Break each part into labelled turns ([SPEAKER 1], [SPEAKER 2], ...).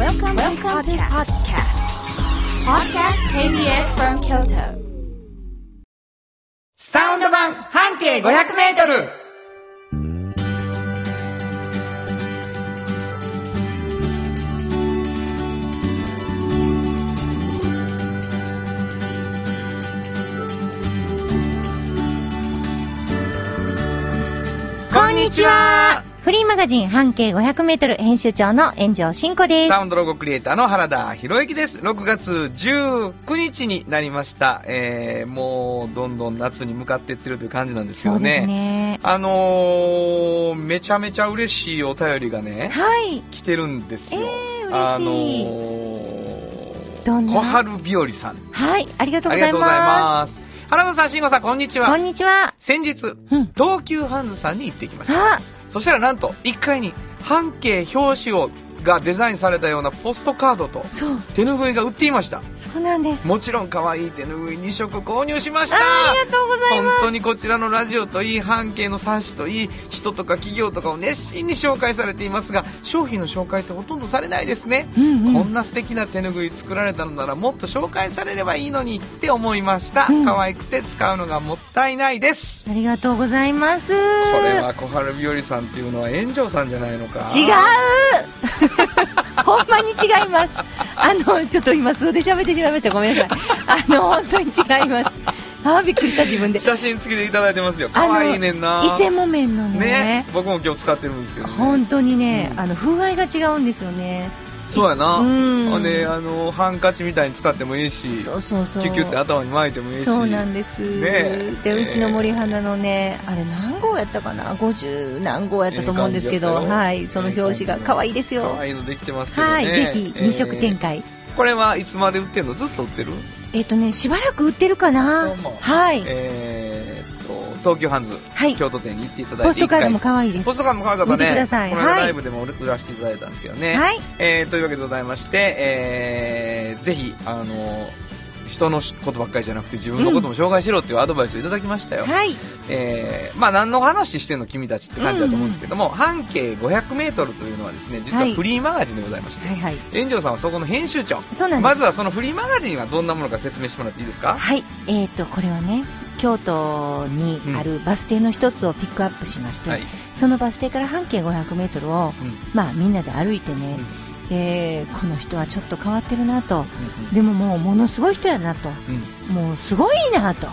[SPEAKER 1] Welcome, to podcast. Podcast KBS from Kyoto.
[SPEAKER 2] サウンド版半径500メートル
[SPEAKER 3] こんにちはフリーマガジン半径500メートル編集長の炎上真子です。
[SPEAKER 2] サウンドロゴクリエイターの原田博之です。6月19日になりました。えー、もうどんどん夏に向かっていってるという感じなんですけ
[SPEAKER 3] そ
[SPEAKER 2] ど
[SPEAKER 3] うです
[SPEAKER 2] ね。
[SPEAKER 3] ね。
[SPEAKER 2] あのー、めちゃめちゃ嬉しいお便りがね、
[SPEAKER 3] はい。
[SPEAKER 2] 来てるんです
[SPEAKER 3] え
[SPEAKER 2] よ。
[SPEAKER 3] ー、
[SPEAKER 2] あ
[SPEAKER 3] 嬉しい、
[SPEAKER 2] の
[SPEAKER 3] どん
[SPEAKER 2] ー、
[SPEAKER 3] な
[SPEAKER 2] 小春日和さん。
[SPEAKER 3] はい、ありがとうご
[SPEAKER 2] あり
[SPEAKER 3] ざ
[SPEAKER 2] が
[SPEAKER 3] い
[SPEAKER 2] とうござい
[SPEAKER 3] ま
[SPEAKER 2] ます。原田さん、慎吾さん、こんにち
[SPEAKER 3] す。こ
[SPEAKER 2] は。
[SPEAKER 3] んにちは。
[SPEAKER 2] 先日、
[SPEAKER 3] うん
[SPEAKER 2] 東急ハンズさんに行ってきました。
[SPEAKER 3] あ、
[SPEAKER 2] そしたらなんと1階に半径表紙をがデザインされたようなポストカードと
[SPEAKER 3] そう、
[SPEAKER 2] 手ぬぐいが売っていました
[SPEAKER 3] そうなんです。
[SPEAKER 2] もちろん可愛い手ぬぐい2色購入しまし
[SPEAKER 3] あ
[SPEAKER 2] た
[SPEAKER 3] ありがとうござい
[SPEAKER 2] 本
[SPEAKER 3] ます。
[SPEAKER 2] 当にこちらのラジオといい半径の冊子といい人とか企業とかを熱心に紹介されていますが商品の紹介ってほとんどされないですね、
[SPEAKER 3] うんうん
[SPEAKER 2] こんな素敵な手ぬぐい作られたのならもっと紹介されればいいのにって思いました、
[SPEAKER 3] うん
[SPEAKER 2] 可愛くて使うのがもったいないです
[SPEAKER 3] ありがとうございます。
[SPEAKER 2] これは小春日和さんっていうのは炎上さんじゃないのか
[SPEAKER 3] 違うほんまに違います。あの、ちょっと今素で喋ってしまいました。ごめんなさい。あの、本当に違います。あーびっくりした自分で。
[SPEAKER 2] 写真付きでいただいてますよ
[SPEAKER 3] あの
[SPEAKER 2] 可愛いねんな
[SPEAKER 3] 伊勢木綿の
[SPEAKER 2] ね
[SPEAKER 3] ね
[SPEAKER 2] 僕も今日使ってるんですけど、ね、
[SPEAKER 3] 本当にね、
[SPEAKER 2] うん
[SPEAKER 3] あの風合いが違うんですよね
[SPEAKER 2] そうやな、
[SPEAKER 3] うん
[SPEAKER 2] ほんであのハンカチみたいに使ってもいいし
[SPEAKER 3] そうそうそう
[SPEAKER 2] キュッキュって頭に巻いてもいいし
[SPEAKER 3] そうなんです、
[SPEAKER 2] ねえ
[SPEAKER 3] でうちの森花のねあれ何号やったかな50何号やったと思うんですけ
[SPEAKER 2] いい
[SPEAKER 3] ど
[SPEAKER 2] 感じだよ
[SPEAKER 3] はいその表紙が可愛いですよ
[SPEAKER 2] 可愛いのできてますけどね
[SPEAKER 3] はい、ぜひ二色展
[SPEAKER 2] え
[SPEAKER 3] 開、え
[SPEAKER 2] ーこれはいつまで売ってんのずっと売ってる
[SPEAKER 3] っとねしばらく売ってるかな
[SPEAKER 2] どうも
[SPEAKER 3] はい、
[SPEAKER 2] えーっと東急ハンズ、
[SPEAKER 3] はい
[SPEAKER 2] 京都店に行っていただいて
[SPEAKER 3] ポストカードも
[SPEAKER 2] 一回
[SPEAKER 3] 可愛いです
[SPEAKER 2] ポストカードも可愛かったね
[SPEAKER 3] 見てください
[SPEAKER 2] この間
[SPEAKER 3] はい
[SPEAKER 2] ライブでも売らせていただいたんですけどね、
[SPEAKER 3] はい
[SPEAKER 2] えーというわけでございまして、えーぜひあの人のことばっかりじゃなくて自分のことも紹介しろっていうアドバイスをいただきましたよ、
[SPEAKER 3] はい
[SPEAKER 2] えーまあ何の話してんの君たちって感じだと思うんですけども、半径 500m というのはですね実は
[SPEAKER 3] はい
[SPEAKER 2] フリーマガジンでございまして、
[SPEAKER 3] はいはい
[SPEAKER 2] 炎上さんはそこの編集長
[SPEAKER 3] そうなんです
[SPEAKER 2] まずはそのフリーマガジンはどんなものか説明してもらっていいですか
[SPEAKER 3] はい、えー、とこれはね京都にあるバス停の一つをピックアップしまして、
[SPEAKER 2] はい
[SPEAKER 3] そのバス停から半径 500m を、
[SPEAKER 2] うん
[SPEAKER 3] まあ、みんなで歩いてね、でこの人はちょっと変わってるなとでももうものすごい人やなと
[SPEAKER 2] うんうん
[SPEAKER 3] もうすごいなと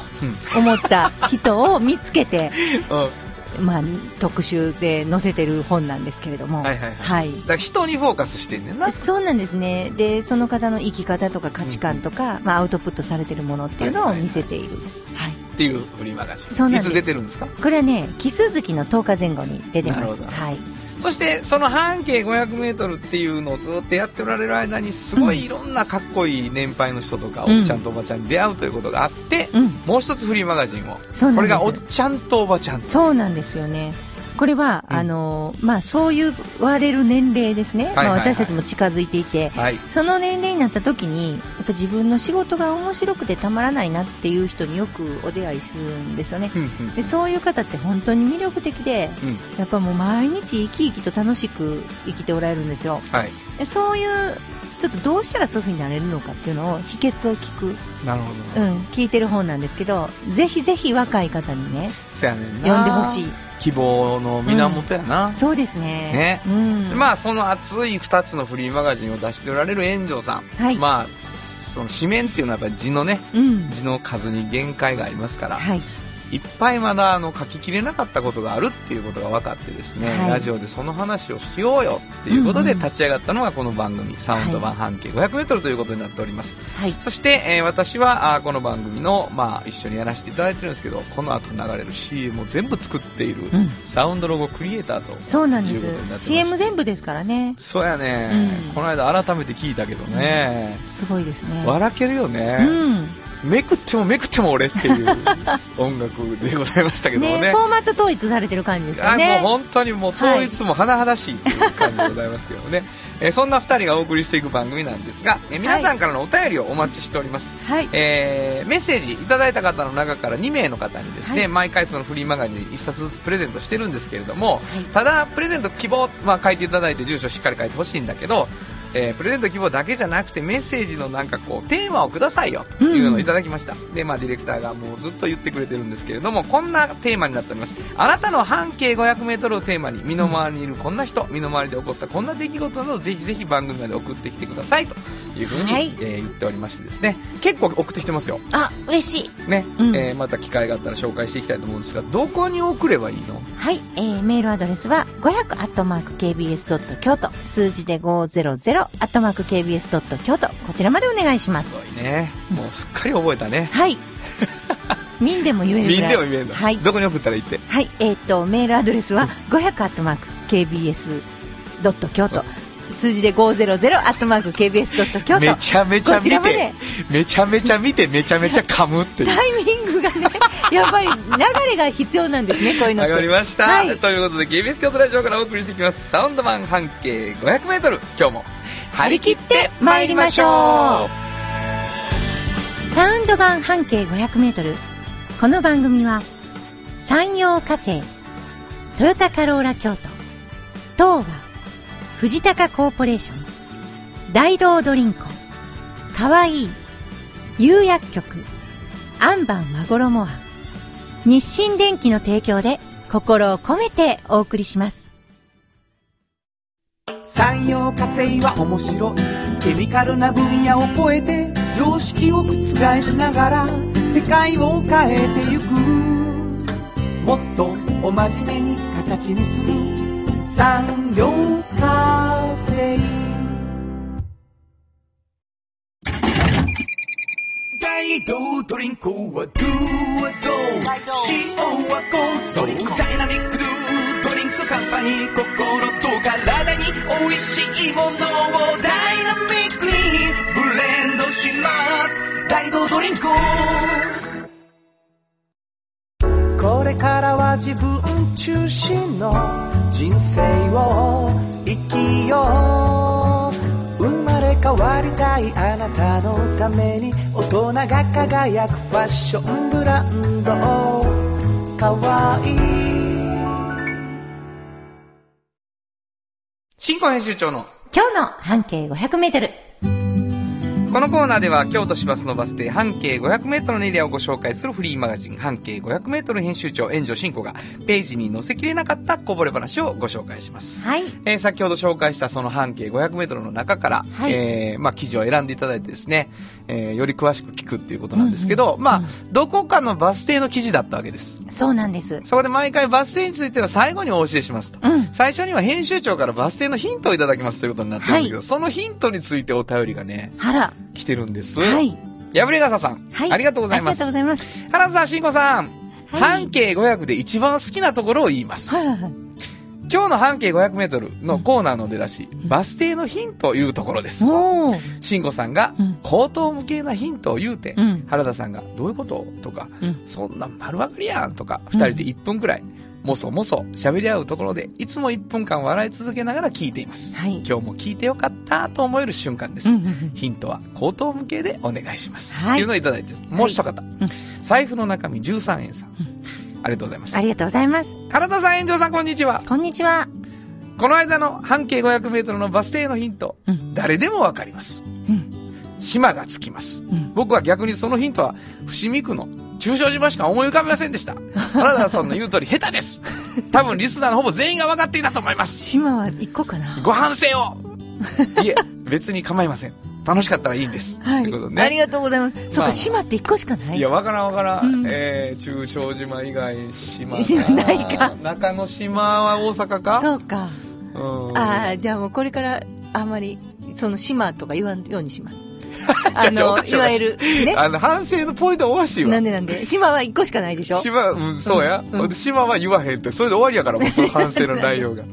[SPEAKER 2] うん
[SPEAKER 3] 思った人を見つけて、
[SPEAKER 2] うん
[SPEAKER 3] まあ、特集で載せてる本なんですけれども。
[SPEAKER 2] はいはいはい
[SPEAKER 3] はい
[SPEAKER 2] だから人にフォーカスしてんねんな
[SPEAKER 3] そうなんですねでその方の生き方とか価値観とか、まあ、アウトプットされてるものっていうのを見せている、はい、
[SPEAKER 2] っていうフリーマガジン
[SPEAKER 3] そうなんです
[SPEAKER 2] いつ出てるんですか
[SPEAKER 3] これはね奇数月の10日前後に出て
[SPEAKER 2] なる
[SPEAKER 3] ま
[SPEAKER 2] ほ
[SPEAKER 3] す
[SPEAKER 2] ど
[SPEAKER 3] はい
[SPEAKER 2] そしてその半径 500m っていうのをずっとやっておられる間にすごいいろんなかっこいい年配の人とかお
[SPEAKER 3] うん
[SPEAKER 2] っちゃんとおばちゃんに出会うということがあって、
[SPEAKER 3] うん
[SPEAKER 2] もう一つフリーマガジンを
[SPEAKER 3] そうな
[SPEAKER 2] こ
[SPEAKER 3] ん
[SPEAKER 2] れ
[SPEAKER 3] で
[SPEAKER 2] がおっ
[SPEAKER 3] す
[SPEAKER 2] ちゃんとおばちゃん
[SPEAKER 3] そうなんですよねこれは、
[SPEAKER 2] うん
[SPEAKER 3] あのまあ、そう言われる年齢ですね、
[SPEAKER 2] いはいはい
[SPEAKER 3] まあ、私たちも近づいていて
[SPEAKER 2] はい
[SPEAKER 3] その年齢になった時にやっぱ自分の仕事が面白くてたまらないなっていう人によくお出会いするんですよね
[SPEAKER 2] うんうん
[SPEAKER 3] でそういう方って本当に魅力的で
[SPEAKER 2] うん
[SPEAKER 3] やっぱもう毎日生き生きと楽しく生きておられるんですよ
[SPEAKER 2] はい
[SPEAKER 3] でそういうちょっとどうしたらそういうふうになれるのかっていうのを秘訣を聞く
[SPEAKER 2] なるほ
[SPEAKER 3] う
[SPEAKER 2] ど、
[SPEAKER 3] ん、聞いてる本なんですけど、ぜひぜひ若い方にね、
[SPEAKER 2] そやねんな
[SPEAKER 3] 読んでほしい。
[SPEAKER 2] 希望の源やな、
[SPEAKER 3] そうですね。
[SPEAKER 2] ね
[SPEAKER 3] うん。
[SPEAKER 2] まあその熱い2つのフリーマガジンを出しておられる炎上さん、
[SPEAKER 3] はい
[SPEAKER 2] まあその紙面っていうのはやっぱり字のね
[SPEAKER 3] うん。
[SPEAKER 2] 字の数に限界がありますから、
[SPEAKER 3] はい。
[SPEAKER 2] いっぱいまだあの書ききれなかったことがあるっていうことが分かってですね、
[SPEAKER 3] はい
[SPEAKER 2] ラジオでその話をしようよっていうことで
[SPEAKER 3] うんうん
[SPEAKER 2] 立ち上がったのがこの番組、サウンド版半径 500m ということになっております
[SPEAKER 3] はい。
[SPEAKER 2] そして、えー私はあーこの番組の、まあ、一緒にやらせていただいてるんですけどこの後流れる CM を全部作っている、
[SPEAKER 3] うん
[SPEAKER 2] サウンドロゴクリエイターと
[SPEAKER 3] そうなんで
[SPEAKER 2] いうことになってます
[SPEAKER 3] す。CM 全部ですからね。
[SPEAKER 2] そうやね、
[SPEAKER 3] うん
[SPEAKER 2] この間改めて聞いたけどね、
[SPEAKER 3] すごいですね。
[SPEAKER 2] 笑けるよ
[SPEAKER 3] う
[SPEAKER 2] ね、
[SPEAKER 3] ん。
[SPEAKER 2] めくってもめくっても俺っていう音楽でございましたけども
[SPEAKER 3] ね、
[SPEAKER 2] ね
[SPEAKER 3] フォーマット統一されてる感じですよ
[SPEAKER 2] あ
[SPEAKER 3] ね。
[SPEAKER 2] もう本当にもう統一も甚だしいという感じでございますけどもね、えーそんな2人がお送りしていく番組なんですが、えー皆さんからのお便りをお待ちしております、
[SPEAKER 3] はい。
[SPEAKER 2] えーメッセージいただいた方の中から2名の方にですね、
[SPEAKER 3] はい
[SPEAKER 2] 毎回そのフリーマガジン1冊ずつプレゼントしてるんですけれども、
[SPEAKER 3] はい
[SPEAKER 2] ただプレゼント希望、まあ、書いていただいて住所しっかり書いてほしいんだけどえープレゼント希望だけじゃなくてメッセージのなんかこうテーマをくださいよというのをいただきました、でまあディレクターがもうずっと言ってくれてるんですけれどもこんなテーマになっておりますあなたの半径 500m をテーマに身の回りにいるこんな人身の回りで起こったこんな出来事などをぜひぜひ番組まで送ってきてくださいというふうに、
[SPEAKER 3] はい
[SPEAKER 2] えー言っておりましてですね結構送ってきてますよ
[SPEAKER 3] あ嬉しい
[SPEAKER 2] ね、
[SPEAKER 3] うん
[SPEAKER 2] えーまた機会があったら紹介していきたいと思うんですがどこに送ればいいの
[SPEAKER 3] はい、えー、メールアドレスは5 0 0 k b s k y o t 数字で5 0 0 k b s k y o t こちらまでお願いしますす
[SPEAKER 2] ごいねもうすっかり覚えたね
[SPEAKER 3] はい民でも言えるぐらい
[SPEAKER 2] みんでも言えんだ、
[SPEAKER 3] はい
[SPEAKER 2] どこに送ったらいいって
[SPEAKER 3] はい、えーっ、と、メールアドレスは、500アットマーク、KBS ドット京都。数字で500アットマーク、KBS ドット京
[SPEAKER 2] め
[SPEAKER 3] 都。
[SPEAKER 2] ちゃめちゃ
[SPEAKER 3] こち
[SPEAKER 2] 見
[SPEAKER 3] らま
[SPEAKER 2] て
[SPEAKER 3] で
[SPEAKER 2] めちゃめちゃ見てめちゃめちゃ噛むっていう
[SPEAKER 3] タイミングがね、やっぱり流れが必要なんですね、こういうのっ
[SPEAKER 2] わ
[SPEAKER 3] て。
[SPEAKER 2] かりました、
[SPEAKER 3] はい
[SPEAKER 2] ということで KBS 京都ラジオからお送りしていきますサウンド版半径 500m 今日も張り切って参りましょ
[SPEAKER 3] サウンド版半径500メートル。この番組は、山陽火星、トヨタカローラ京都、東和、藤高コーポレーション、大道ドリンク、かわいい、釉薬局、アンバン和衣庵、日清電機の提供で心を込めてお送りします。
[SPEAKER 4] 産業化成は面白いケミカルな分野を超えて常識を覆しながら世界を変えてゆくもっとお真面目に形にする産業化成大道ドリンクはドゥはドゥ塩は酵素ダイナミックドゥドリンクカンパニー心と体に美味しいものをダイナミックにブレンドします大道ドリンクこれからは自分中心の人生を生きよう生まれ変わりたいあなたのために大人が輝くファッションブランドかわいいう
[SPEAKER 2] 新婚編集長の
[SPEAKER 3] 今日の半径500メートル。
[SPEAKER 2] このコーナーでは京都市バスのバス停半径 500m のエリアをご紹介するフリーマガジン半径 500m 編集長炎上真子がページに載せきれなかったこぼれ話をご紹介します
[SPEAKER 3] はい。
[SPEAKER 2] えー先ほど紹介したその半径 500m の中から、
[SPEAKER 3] はい
[SPEAKER 2] えーまあ、記事を選んでいただいてですね、えーより詳しく聞くっていうことなんですけど、まあ、どこかのバス停の記事だったわけです。
[SPEAKER 3] そうなんです。
[SPEAKER 2] そこで毎回バス停については最後にお教えしますと。
[SPEAKER 3] うん
[SPEAKER 2] 最初には編集長からバス停のヒントをいただきますということになってるんだけど、そのヒントについてお便りがね、
[SPEAKER 3] はら。
[SPEAKER 2] 来てるんです。
[SPEAKER 3] はい。
[SPEAKER 2] やぶれ笠さん、
[SPEAKER 3] はい。
[SPEAKER 2] ありがとうござい
[SPEAKER 3] あ
[SPEAKER 2] ま
[SPEAKER 3] り
[SPEAKER 2] す。
[SPEAKER 3] がとうございます。
[SPEAKER 2] 原田さん、慎吾さん、
[SPEAKER 3] はい
[SPEAKER 2] 半径500で一番好きなところを言います。
[SPEAKER 3] はいはいはい。
[SPEAKER 2] 今日の半径500メートルのコーナーの出だし、
[SPEAKER 3] ん
[SPEAKER 2] バス停のヒントを言うところです。
[SPEAKER 3] おー
[SPEAKER 2] 慎吾さんが
[SPEAKER 3] うん、
[SPEAKER 2] 口頭無形なヒントを言うて、
[SPEAKER 3] うん
[SPEAKER 2] 原田さんが、どういうこととか、
[SPEAKER 3] うん
[SPEAKER 2] そんなん丸わかりやんとか、二人で1分くらい、もそもそ喋り合うところで、いつも1分間笑い続けながら聞いています。
[SPEAKER 3] はい。
[SPEAKER 2] 今日も聞いてよかったと思える瞬間です。
[SPEAKER 3] うんうんうん
[SPEAKER 2] ヒントは口頭無形でお願いします。
[SPEAKER 3] はい
[SPEAKER 2] っていうのをいただいてる。もう一方、
[SPEAKER 3] ん
[SPEAKER 2] 財布の中身13円さん。ありがとうございます
[SPEAKER 3] あ。りがとうございます。
[SPEAKER 2] 原田さん、炎上さん、こんにちは。
[SPEAKER 3] こんにちは。
[SPEAKER 2] この間の半径500メートルのバス停のヒント、
[SPEAKER 3] うん
[SPEAKER 2] 誰でもわかります。
[SPEAKER 3] うん。
[SPEAKER 2] 島がつきます。
[SPEAKER 3] うん
[SPEAKER 2] 僕は逆にそのヒントは、伏見区の中小島しか思い浮かびませんでした。原田さんの言う通り下手です。多分リスナーのほぼ全員が分かっていたと思います。
[SPEAKER 3] 島は行こうかな。
[SPEAKER 2] ご反省をいえ、別に構いません。楽しかったらいいんです。ということでね。
[SPEAKER 3] ありがとうございます。そっ
[SPEAKER 2] まあ
[SPEAKER 3] か、島って一個しかないい。
[SPEAKER 2] や、わからんわからん。
[SPEAKER 3] うん
[SPEAKER 2] えー、中小島以外、島
[SPEAKER 3] 島ないか
[SPEAKER 2] 中之島は大阪か
[SPEAKER 3] そうか。
[SPEAKER 2] うん。
[SPEAKER 3] ああ、じゃあもうこれからあんまり、その島とか言わんようにします。
[SPEAKER 2] じゃ
[SPEAKER 3] あ
[SPEAKER 2] あじゃあお
[SPEAKER 3] の、
[SPEAKER 2] かし
[SPEAKER 3] い
[SPEAKER 2] いおか
[SPEAKER 3] わ
[SPEAKER 2] しい
[SPEAKER 3] ゆる、ね。
[SPEAKER 2] あの、反省のポイントおかしいわ。
[SPEAKER 3] なんでなんで。島は一個しかないでしょ
[SPEAKER 2] 島、うん、そうや。
[SPEAKER 3] うんうん
[SPEAKER 2] 島は言わへんと。それで終わりやから、もうその反省の内容が。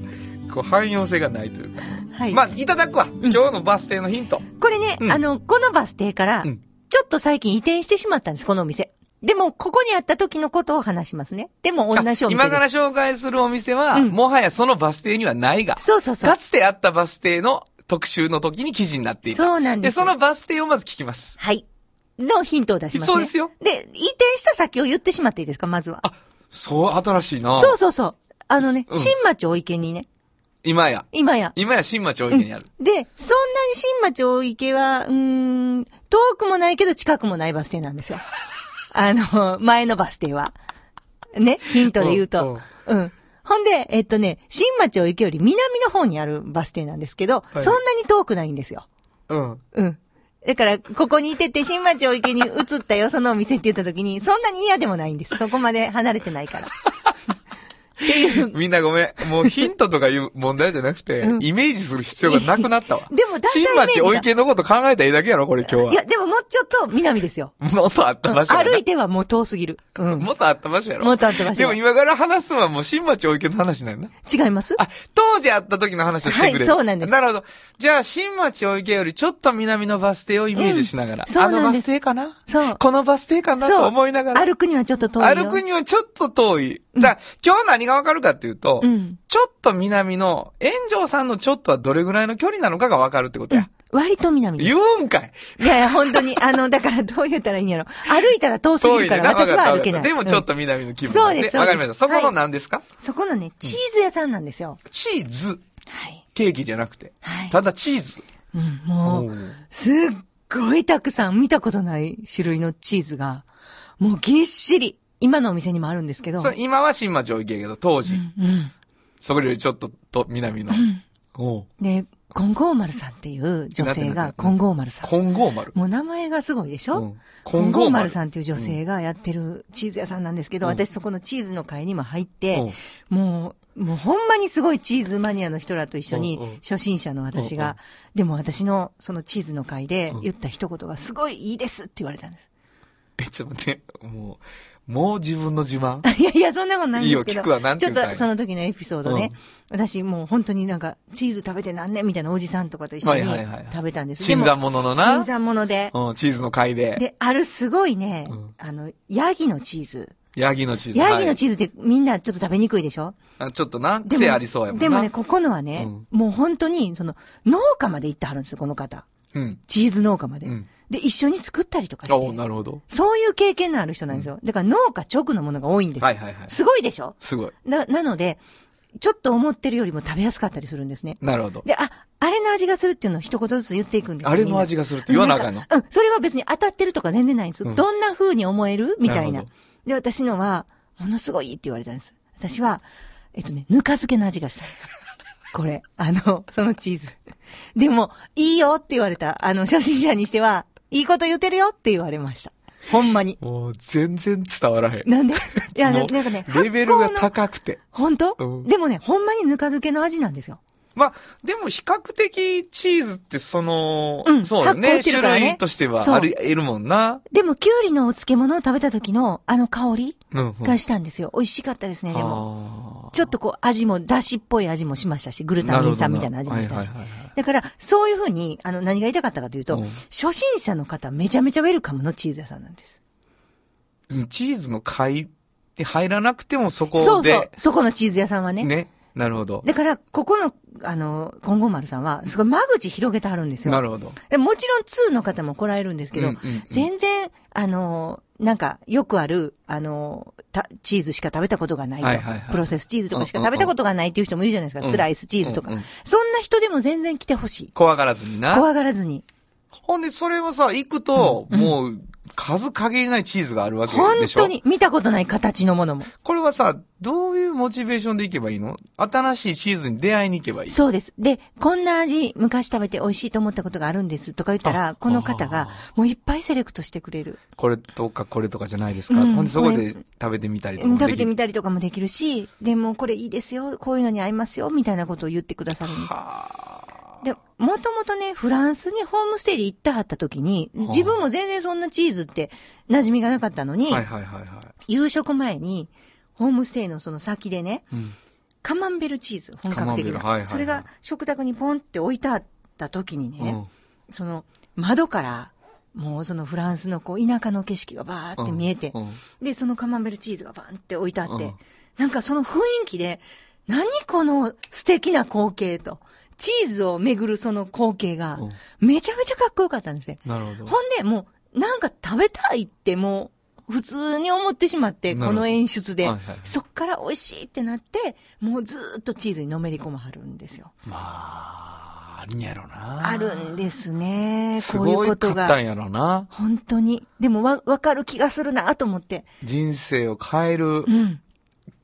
[SPEAKER 2] こう、汎用性がないというか。
[SPEAKER 3] はい。
[SPEAKER 2] まあ、いただくわ。今日のバス停のヒント。
[SPEAKER 3] これね、
[SPEAKER 2] うん
[SPEAKER 3] あの、このバス停から、
[SPEAKER 2] うん
[SPEAKER 3] ちょっと最近移転してしまったんです、このお店。でも、ここにあった時のことを話しますね。でも、同じお店です。
[SPEAKER 2] 今から紹介するお店は、
[SPEAKER 3] うん
[SPEAKER 2] もはやそのバス停にはないが、
[SPEAKER 3] そうそうそう。
[SPEAKER 2] かつてあったバス停の特集の時に記事になっていた。
[SPEAKER 3] そうなんで
[SPEAKER 2] で、
[SPEAKER 3] す。
[SPEAKER 2] そのバス停をまず聞きます。
[SPEAKER 3] はい。のヒントを出します、ね。
[SPEAKER 2] そうですよ。
[SPEAKER 3] で、移転した先を言ってしまっていいですか、まずは。
[SPEAKER 2] そう、新しいな。
[SPEAKER 3] そうそうそう。あのね、
[SPEAKER 2] うん
[SPEAKER 3] 新町お池にね、
[SPEAKER 2] 今や。
[SPEAKER 3] 今や。
[SPEAKER 2] 今や新町大池にある。
[SPEAKER 3] で、そんなに新町大池は、うーん、遠くもないけど近くもないバス停なんです よ。あの、前のバス停は。ね、ヒントで言うと。うん。ほんで、えっとね、新町大池より南の方にあるバス停なんですけど、
[SPEAKER 2] い
[SPEAKER 3] そんなに遠くないんですよ。
[SPEAKER 2] うん。
[SPEAKER 3] うん。だから、ここにいてて、新町大池 に移ったよ、そのお店って言った時に、そんなに嫌でもないんです。そこまで離れてないから。
[SPEAKER 2] みんなごめん。もうヒントとかいう問題じゃなくて、イメージする必要がなくなったわ。
[SPEAKER 3] でもだんだん
[SPEAKER 2] 新町大池のこと考えたらいいだけやろ、これ今
[SPEAKER 3] い
[SPEAKER 2] 日
[SPEAKER 3] や、でももうちょっと南ですよ。
[SPEAKER 2] は。もっとあった場所やな。
[SPEAKER 3] 歩いてはもう遠すぎる。うん。
[SPEAKER 2] もっとあった場所やろ。
[SPEAKER 3] もっとあった場所
[SPEAKER 2] でも今から話すのはもう新町大池の話なんだ。
[SPEAKER 3] 違います
[SPEAKER 2] あ、当時あった時の話をしてくれる。
[SPEAKER 3] はいそうなんです
[SPEAKER 2] なるほど。じゃあ、新町大池よりちょっと南のバス停をイメージしながら。
[SPEAKER 3] うんそうなんです
[SPEAKER 2] あのバス停かな
[SPEAKER 3] そう
[SPEAKER 2] このバス停かなと思いながら。
[SPEAKER 3] 歩くにはちょっと遠いよ。
[SPEAKER 2] 歩くにはちょっと遠い。だ、今日何がわかるかっていうと、
[SPEAKER 3] うん
[SPEAKER 2] ちょっと南の、炎上さんのちょっとはどれぐらいの距離なのかがわかるってことや。
[SPEAKER 3] 割と南です。
[SPEAKER 2] 言うんかい
[SPEAKER 3] いやいや、本当に。あの、だからどう言ったらいいんやろ。歩いたら遠すぎ
[SPEAKER 2] 遠い
[SPEAKER 3] るか
[SPEAKER 2] ね
[SPEAKER 3] ら、私は歩けない。
[SPEAKER 2] でもちょっ
[SPEAKER 3] と。
[SPEAKER 2] と南の気分、
[SPEAKER 3] そうですそうです
[SPEAKER 2] わかりました。そこの何ですか、
[SPEAKER 3] そこのね、チーズ屋さんなんですよ。
[SPEAKER 2] チーズ。
[SPEAKER 3] はい。
[SPEAKER 2] ケーキじゃなくて。
[SPEAKER 3] はい
[SPEAKER 2] ただチーズ。
[SPEAKER 3] うん、も
[SPEAKER 2] お
[SPEAKER 3] う
[SPEAKER 2] う、
[SPEAKER 3] すっごいたくさん見たことない種類のチーズが、もうぎっしり。今のお店にもあるんですけど。
[SPEAKER 2] そう今は新町大池やけど、当時、
[SPEAKER 3] うん。
[SPEAKER 2] それよりちょっと、と、南の。おう
[SPEAKER 3] で、金剛丸さんっていう女性
[SPEAKER 2] なん
[SPEAKER 3] が、
[SPEAKER 2] てなんて
[SPEAKER 3] 金剛丸さん。
[SPEAKER 2] 金剛丸。
[SPEAKER 3] もう名前がすごいでし
[SPEAKER 2] う
[SPEAKER 3] ょ
[SPEAKER 2] ん
[SPEAKER 3] 金剛丸さんっていう女性がやってるチーズ屋さんなんですけど、私そこのチーズの会にも入って、もう、もうほんまにすごいチーズマニアの人らと一緒
[SPEAKER 2] うんうん
[SPEAKER 3] に、初心者の私
[SPEAKER 2] うんう
[SPEAKER 3] が、でも私のそのチーズの会で言った一言が、すごいいいですって言われたんです。
[SPEAKER 2] え、ちょっと待って、もう、もう自分の自慢
[SPEAKER 3] いやいや、そんなことないんですけ
[SPEAKER 2] いい
[SPEAKER 3] ど。
[SPEAKER 2] よ聞くわなんて
[SPEAKER 3] ち
[SPEAKER 2] い
[SPEAKER 3] ょっ
[SPEAKER 2] うの
[SPEAKER 3] とその時のエピソードね。私もう本当になんか、チーズ食べて何年みたいなおじさんとかと一緒に
[SPEAKER 2] はいはいはい
[SPEAKER 3] 食べたんです
[SPEAKER 2] 新参者のな
[SPEAKER 3] 新参者で。
[SPEAKER 2] うん、チーズの回で。
[SPEAKER 3] で、あるすごいね、
[SPEAKER 2] うん
[SPEAKER 3] あの、ヤギのチーズ。
[SPEAKER 2] ヤギのチーズ。
[SPEAKER 3] ヤギのチ
[SPEAKER 2] ー
[SPEAKER 3] ーズってみんなちょっと食べにくいでしょ
[SPEAKER 2] ズ。あちょっとな、
[SPEAKER 3] で
[SPEAKER 2] 癖ありそうやもんな。
[SPEAKER 3] でもね、ここのはね、もう本当に、その、農家まで行ってはるんですよ、この方。
[SPEAKER 2] うん。
[SPEAKER 3] チーズ農家まで。
[SPEAKER 2] うん
[SPEAKER 3] で、一緒に作ったりとかし
[SPEAKER 2] おう
[SPEAKER 3] て。
[SPEAKER 2] なるほど。
[SPEAKER 3] そういう経験のある人なんですよ。だから農家直のものが多いんです。
[SPEAKER 2] はいはいはい。
[SPEAKER 3] すごいでしょ
[SPEAKER 2] すごい。
[SPEAKER 3] な、なので、ちょっと思ってるよりも食べやすかったりするんですね。
[SPEAKER 2] なるほど。
[SPEAKER 3] で、あ、あれの味がするっていうのを一言ずつ言っていくんですよ
[SPEAKER 2] あれの味がするって言わなあかんの
[SPEAKER 3] う。うん、それは別に当たってるとか全然ないんです。
[SPEAKER 2] うん
[SPEAKER 3] どんな風に思えるみたい
[SPEAKER 2] な
[SPEAKER 3] な
[SPEAKER 2] るほ。
[SPEAKER 3] で、私のは、ものすごいいいって言われたんです。私は、えっとね、ぬか漬けの味がしたんです。これ、あの、そのチーズ。でも、いいよって言われた、あの、初心者にしては、いいこと言ってるよって言われました。ほんまに。
[SPEAKER 2] もう、全然伝わらへん。
[SPEAKER 3] なんでい や、な
[SPEAKER 2] も
[SPEAKER 3] ん
[SPEAKER 2] う
[SPEAKER 3] かね、
[SPEAKER 2] レベルが
[SPEAKER 3] 発酵の
[SPEAKER 2] 高くて。
[SPEAKER 3] 本当、
[SPEAKER 2] うん
[SPEAKER 3] でもね、ほんまにぬか漬けの味なんですよ。
[SPEAKER 2] まあ、でも比較的チーズってその、
[SPEAKER 3] うん
[SPEAKER 2] そうよね
[SPEAKER 3] 発酵してるからね
[SPEAKER 2] 種類として
[SPEAKER 3] そ
[SPEAKER 2] は
[SPEAKER 3] う
[SPEAKER 2] あり得るもんな。
[SPEAKER 3] でも、きゅうりのお漬物を食べた時の、あの香り
[SPEAKER 2] うん、うん。
[SPEAKER 3] がしたんですよ。美味しかったですね、でも。
[SPEAKER 2] も
[SPEAKER 3] ちょっとこう、味も、だしっぽい味もしましたし、グルタミン酸みたいな味もしたし。だから、そういうふうに、あの、何が言いたかったかというと、
[SPEAKER 2] うん
[SPEAKER 3] 初心者の方、めちゃめちゃウェルカムのチーズ屋さんなんです。
[SPEAKER 2] チーズの買いに入らなくても
[SPEAKER 3] そ
[SPEAKER 2] そこ
[SPEAKER 3] うそう
[SPEAKER 2] で、、
[SPEAKER 3] そこのチーズ屋さんはね。
[SPEAKER 2] ね。なるほど。
[SPEAKER 3] だから、ここの、あの、金剛丸さんは、すごい間口広げてはるんですよ。
[SPEAKER 2] なるほど。
[SPEAKER 3] でもちろん2の方も来られるんですけど、
[SPEAKER 2] うんうんうん
[SPEAKER 3] 全然、あのー、なんか、よくある、あのー、たチーズしか食べたことがないと、
[SPEAKER 2] はいはいはい
[SPEAKER 3] プロセスチーズとかしか食べたことがないっていう人もいるじゃないですか、
[SPEAKER 2] うんうん
[SPEAKER 3] スライスチーズとか、
[SPEAKER 2] うんうん
[SPEAKER 3] そんな人でも全然来てほしい。
[SPEAKER 2] 怖がらずにな。
[SPEAKER 3] 怖がらずに。
[SPEAKER 2] ほんで、それをさ、行くと、もう、数限りないチーズがあるわけ
[SPEAKER 3] 本
[SPEAKER 2] でしょ
[SPEAKER 3] 当に見たことない形のものも。
[SPEAKER 2] これはさ、どういうモチベーションで行けばいいの新しいチーズに出会いに行けばいい。
[SPEAKER 3] そうです。で、こんな味、昔食べて美味しいと思ったことがあるんですとか言った
[SPEAKER 2] あ
[SPEAKER 3] ら、この方が、もういっぱいセレクトしてくれる。
[SPEAKER 2] これとかこれとかじゃないですか。
[SPEAKER 3] うん
[SPEAKER 2] ほんで、そこ
[SPEAKER 3] こ
[SPEAKER 2] で
[SPEAKER 3] れ
[SPEAKER 2] 食べてみたりとか
[SPEAKER 3] うん
[SPEAKER 2] もでき
[SPEAKER 3] 食
[SPEAKER 2] る。
[SPEAKER 3] べてみたりとかもできるし、でもこれいいですよ、こういうのに合いますよ、みたいなことを言ってくださるんで
[SPEAKER 2] はあ
[SPEAKER 3] で、もともとね、フランスにホームステイで行ったはった時に、
[SPEAKER 2] はあ
[SPEAKER 3] 自分も全然そんなチーズって馴染みがなかったのに、
[SPEAKER 2] はいはいはいはい。
[SPEAKER 3] 夕食前に、ホームステイのその先でね、
[SPEAKER 2] うん
[SPEAKER 3] カマンベールチーズ、本格的
[SPEAKER 2] カマンベール
[SPEAKER 3] な。
[SPEAKER 2] はいはいはい
[SPEAKER 3] それが食卓にポンって置いてあった時にね、
[SPEAKER 2] うん
[SPEAKER 3] その窓から、もうそのフランスのこう田舎の景色がバーって見えて、
[SPEAKER 2] うんうん
[SPEAKER 3] で、そのカマンベールチーズがバーンって置いてあって、
[SPEAKER 2] うん
[SPEAKER 3] なんかその雰囲気で、何この素敵な光景と、チーズを巡るその光景が、めちゃめちゃかっこよかったんですね。
[SPEAKER 2] なるほど。
[SPEAKER 3] ほんで、もう、なんか食べたいってもう、普通に思ってしまって、
[SPEAKER 2] なる
[SPEAKER 3] こ
[SPEAKER 2] ほど
[SPEAKER 3] の演出で、
[SPEAKER 2] はいはい
[SPEAKER 3] そっから美味しいってなって、もうずーっとチーズにのめり込まはるんですよ。
[SPEAKER 2] まあ、あるんやろな。
[SPEAKER 3] あるんですね。
[SPEAKER 2] す
[SPEAKER 3] こういう
[SPEAKER 2] ごい
[SPEAKER 3] こと
[SPEAKER 2] 買った
[SPEAKER 3] が。
[SPEAKER 2] んやろな。
[SPEAKER 3] 本当に。でもわ、わかる気がするなと思って。
[SPEAKER 2] 人生を変える
[SPEAKER 3] うん。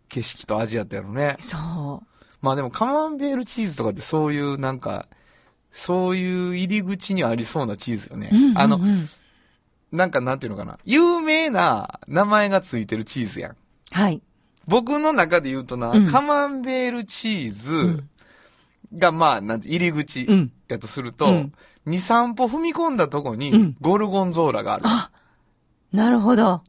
[SPEAKER 2] 景色と味やったやろね。
[SPEAKER 3] そう。
[SPEAKER 2] まあでもカマンベールチーズとかってそういうなんか、そういう入り口にありそうなチーズよね。
[SPEAKER 3] うんうんうん
[SPEAKER 2] あの、なんかなんていうのかな。有名な名前がついてるチーズやん。
[SPEAKER 3] はい。
[SPEAKER 2] 僕の中で言うとな、
[SPEAKER 3] うん
[SPEAKER 2] カマンベールチーズ
[SPEAKER 3] ん
[SPEAKER 2] がまあ、なんて入り口
[SPEAKER 3] うん
[SPEAKER 2] やとすると、
[SPEAKER 3] うん
[SPEAKER 2] 2、3歩踏み込んだとこ
[SPEAKER 3] う
[SPEAKER 2] に
[SPEAKER 3] ん、
[SPEAKER 2] ゴルゴンゾーラがある。
[SPEAKER 3] あなるほど。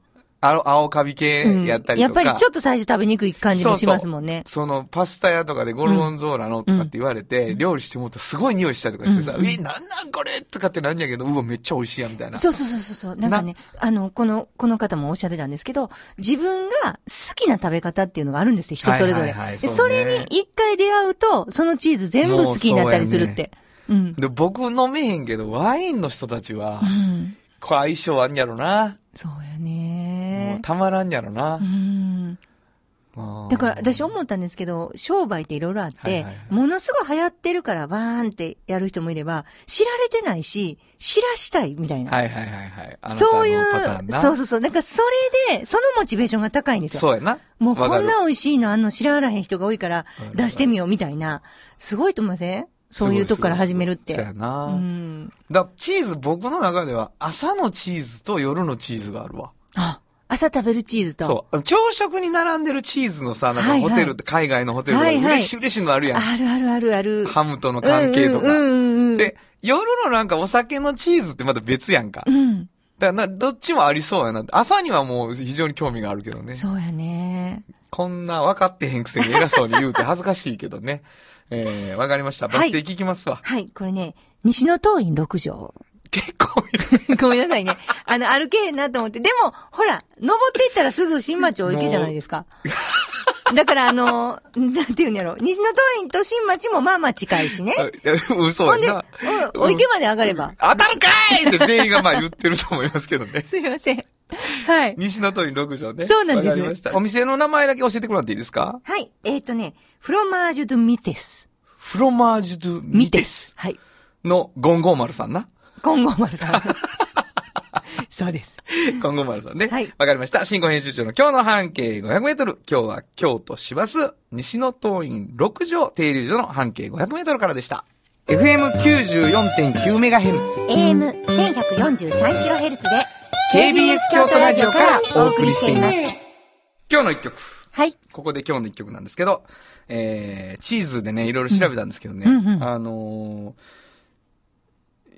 [SPEAKER 2] あの青カビ系やったり
[SPEAKER 3] や
[SPEAKER 2] と
[SPEAKER 3] っ
[SPEAKER 2] か。
[SPEAKER 3] ぱりちょっと最初食べにくい感じもしますもんね。
[SPEAKER 2] そのパスタ屋とかでゴルゴンゾーラのとかって言われて、料理してもらったらすごい匂いしたりとかしてさ、
[SPEAKER 3] うん
[SPEAKER 2] え、なんなんこれとかってなんやけど、うわ、めっちゃ美味しいや、みたいな。
[SPEAKER 3] そうそうそうそうそう。なんかね、あの、この、この方もおっしゃってたんですけど、自分が好きな食べ方っていうのがあるんですよ、人それぞ
[SPEAKER 2] はい
[SPEAKER 3] れ。
[SPEAKER 2] はいはい
[SPEAKER 3] で
[SPEAKER 2] そ
[SPEAKER 3] そう
[SPEAKER 2] ね
[SPEAKER 3] れに一回出会うと、そのチーズ全部好きになったりするって。うん。
[SPEAKER 2] で、僕飲めへんけど、ワインの人たちは
[SPEAKER 3] う、ん。
[SPEAKER 2] これ相性あんやろな。
[SPEAKER 3] そうや
[SPEAKER 2] もう
[SPEAKER 3] ね。
[SPEAKER 2] たまらんやろな
[SPEAKER 3] う。ん。
[SPEAKER 2] うん
[SPEAKER 3] だから私思ったんですけど、商売っていろいろあって、
[SPEAKER 2] はいはいはい
[SPEAKER 3] ものすごい流行ってるからバーンってやる人もいれば、知られてないし、知らしたいみたいな。
[SPEAKER 2] はいはいはいはい。あなたの
[SPEAKER 3] そうい
[SPEAKER 2] パターン
[SPEAKER 3] う、
[SPEAKER 2] な。
[SPEAKER 3] そうそうそう。なんかそれで、そのモチベーションが高いんですよ。
[SPEAKER 2] そうやな。
[SPEAKER 3] もうこ
[SPEAKER 2] わか
[SPEAKER 3] ん
[SPEAKER 2] る
[SPEAKER 3] な美味しいのあんの知らあらへん人が多いから
[SPEAKER 2] うん
[SPEAKER 3] 出してみようみたいな。すごいと思いませんそういうとこから始めるっ
[SPEAKER 2] すごい
[SPEAKER 3] て
[SPEAKER 2] すごい。そうやな。
[SPEAKER 3] うん。
[SPEAKER 2] だからチーズ、僕の中では、朝のチーズと夜のチーズがあるわ。
[SPEAKER 3] あ、朝食べるチーズと。
[SPEAKER 2] そう。朝食に並んでるチーズのさ、な
[SPEAKER 3] は
[SPEAKER 2] んか
[SPEAKER 3] いは
[SPEAKER 2] ホ
[SPEAKER 3] い
[SPEAKER 2] テルって、海外のホテルとか
[SPEAKER 3] はいはい
[SPEAKER 2] 嬉しい嬉しいのあるやん。
[SPEAKER 3] あるあるあるある。
[SPEAKER 2] ハムとの関係とか。
[SPEAKER 3] うんうんうんうん。
[SPEAKER 2] で、夜のなんかお酒のチーズってまた別やんか。
[SPEAKER 3] うん。
[SPEAKER 2] だからな、どっちもありそうやな。朝にはもう非常に興味があるけどね。
[SPEAKER 3] そうやね。
[SPEAKER 2] こんな分かってへんくせに偉そうに言うて恥ずかしいけどね。 えー、わかりました。
[SPEAKER 3] はい
[SPEAKER 2] バス停聞きますわ。
[SPEAKER 3] はい、これね、西の東院6条。
[SPEAKER 2] 結構いる、
[SPEAKER 3] ごめんなさいね。あの、歩けへんなと思って。でも、ほら、登っていったらすぐ新町を行けじゃないですか。だから、あの、なんていうんやろ。西の東院と新町もまあまあ近いしね。
[SPEAKER 2] あ嘘
[SPEAKER 3] ほんで、
[SPEAKER 2] や
[SPEAKER 3] うん
[SPEAKER 2] な。
[SPEAKER 3] お池まで上がれば。
[SPEAKER 2] 当たるかいって全員がまあ言ってると思いますけどね。
[SPEAKER 3] すいません。はい。
[SPEAKER 2] 西の通り6条ね。
[SPEAKER 3] そうなんです
[SPEAKER 2] わかりました。お店の名前だけ教えてもらっていいですか
[SPEAKER 3] はい。えっ、とね、フロマージュ・ドゥ・ミテス。
[SPEAKER 2] フロマージュドゥミテス
[SPEAKER 3] はい。
[SPEAKER 2] のゴンゴーマルさんな。
[SPEAKER 3] 今後丸 さん。そうです。
[SPEAKER 2] ゴンゴーマルさんね。
[SPEAKER 3] はい
[SPEAKER 2] わかりました。新語編集長の今日の半径500メートル。今日は京都市バス、西の東院6条停留所の半径500メートルからでした。FM94.9 メガヘルツ。
[SPEAKER 5] AM1143kHz で
[SPEAKER 2] KBS 京都ラジオからお送りしています。今日の一曲。
[SPEAKER 3] はい。
[SPEAKER 2] ここで今日の一曲なんですけど、えー、チーズでね、いろいろ調べたんですけどね、
[SPEAKER 3] うんうん
[SPEAKER 2] あのー、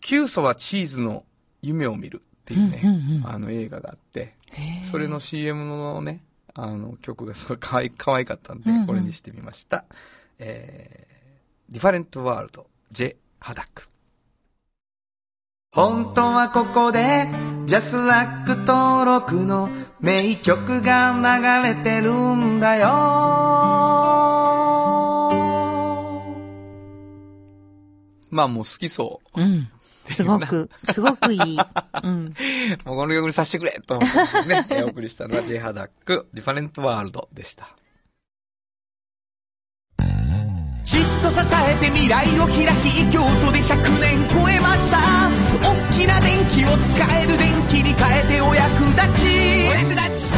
[SPEAKER 2] キュソはチーズの夢を見るっていうね、
[SPEAKER 3] うんうんうん
[SPEAKER 2] あの映画があって、それの CM のね、あの曲がすごい可愛い可愛かったんで、
[SPEAKER 3] うんうん
[SPEAKER 2] これにしてみました。えー、ディファレントワールド、J ・ハダック。本当はここで、ジャスラック登録の名曲が流れてるんだよ。まあもう好きそう。
[SPEAKER 3] うん。すごく、すごくいい。うん。
[SPEAKER 2] もうこの曲にさせてくれと思ってね、 えお送りしたのは J ハダック、ディファレントワールドでした。
[SPEAKER 4] じっと支えて未来を開き京都で100年超えました大きな電気を使える電気に変えてお役立ちお役立ち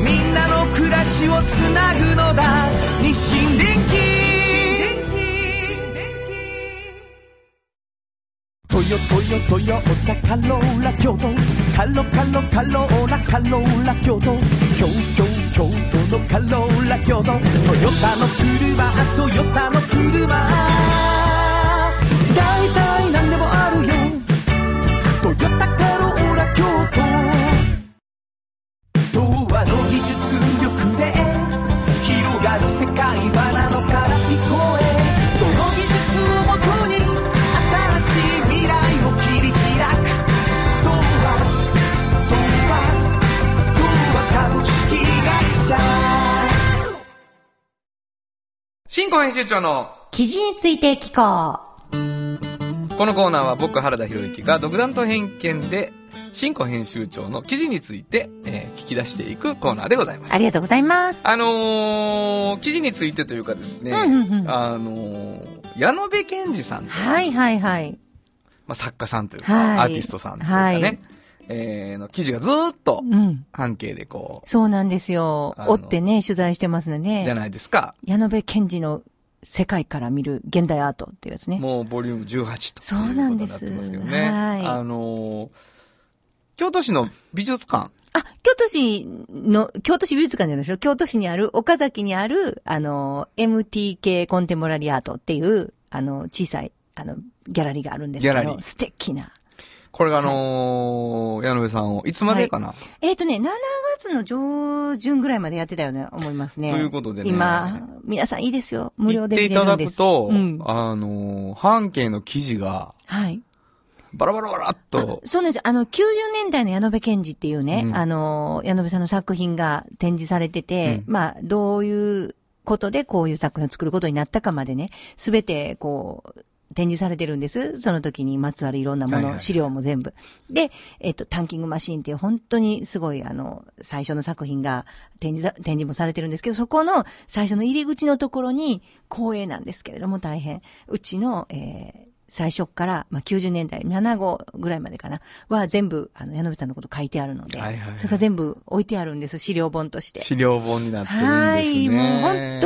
[SPEAKER 4] みんなの暮らしをつなぐのだ日清電気トヨトヨトヨタカローラ京都カロカロカローラカローラ京都京京京都のカローラ京都トヨタの車トヨタの車大体何でもあるよトヨタカローラ京都童話の技術力で広がる世界はなのから聞こえその技術をもとに新しい未来を切り開く童話童話童話株式会社
[SPEAKER 2] 新婚編集長の
[SPEAKER 3] 記事について聞こう。
[SPEAKER 2] このコーナーは僕原田博之が独断と偏見で新庫編集長の記事について、えー聞き出していくコーナーでございます。
[SPEAKER 3] ありがとうございます。
[SPEAKER 2] あのー記事についてというかですね、
[SPEAKER 3] うんうんうん
[SPEAKER 2] あのー矢野部健二さんという
[SPEAKER 3] はいはいはい。
[SPEAKER 2] まあ、作家さんというか、
[SPEAKER 3] はい
[SPEAKER 2] アーティストさんというかね、
[SPEAKER 3] はい
[SPEAKER 2] えーの記事がずーっと
[SPEAKER 3] うん。
[SPEAKER 2] 半径でこ
[SPEAKER 3] そうなんですよ。
[SPEAKER 2] あの
[SPEAKER 3] 追ってね、取材してますの
[SPEAKER 2] う、じ
[SPEAKER 3] ね。
[SPEAKER 2] ゃないですか。
[SPEAKER 3] 矢野部賢治の世界から見る現代アートっていうやつね。
[SPEAKER 2] もうボリューム18と。
[SPEAKER 3] そうなんです
[SPEAKER 2] いうことになってますけどね。
[SPEAKER 3] はい
[SPEAKER 2] あのー京都市の美術館。
[SPEAKER 3] あ、京都市の、京都市美術館じゃないでしょ京都市にある、岡崎にある、あの、MTK コンテンポラリーアートっていう、あの、小さい、あの、ギャラリーがあるんですけ
[SPEAKER 2] ギャラリ
[SPEAKER 3] ど、
[SPEAKER 2] ー
[SPEAKER 3] 素敵な。
[SPEAKER 2] これがあのー矢野部さんを、いつまでかな、
[SPEAKER 3] えっ、とね、7月の上旬ぐらいまでやってたよね、思いますね。
[SPEAKER 2] ということでね
[SPEAKER 3] 今、皆さんいいですよ。無
[SPEAKER 2] 行
[SPEAKER 3] 料
[SPEAKER 2] っ
[SPEAKER 3] で
[SPEAKER 2] て
[SPEAKER 3] 見
[SPEAKER 2] い
[SPEAKER 3] れ
[SPEAKER 2] た
[SPEAKER 3] る
[SPEAKER 2] だ
[SPEAKER 3] んで
[SPEAKER 2] く
[SPEAKER 3] す。
[SPEAKER 2] と、
[SPEAKER 3] うん
[SPEAKER 2] あのー半径の記事が、
[SPEAKER 3] はい。
[SPEAKER 2] バラバラバラっと、
[SPEAKER 3] そうなんです。あの、90年代の矢野部賢治っていうね、
[SPEAKER 2] うん
[SPEAKER 3] あの、矢野部さんの作品が展示されてて、
[SPEAKER 2] う
[SPEAKER 3] まあ、どういうことでこういう作品を作ることになったかまでね、すべて、こう、展示されてるんです。その時にまつわるいろんなもの、
[SPEAKER 2] はいはいはい
[SPEAKER 3] 資料も全部。で、えっと、タンキングマシーンっていう本当にすごい、あの、最初の作品が展示さ、展示もされてるんですけど、そこの最初の入り口のところに、光栄なんですけれども大変。うちの、えー最初から、まあ、90年代、7号ぐらいまでかな、は全部、あの、矢野部さんのこと書いてあるので、
[SPEAKER 2] はいはいはい
[SPEAKER 3] それが全部置いてあるんです、資料本として。
[SPEAKER 2] 資料本になってるんですね。
[SPEAKER 3] はい、もう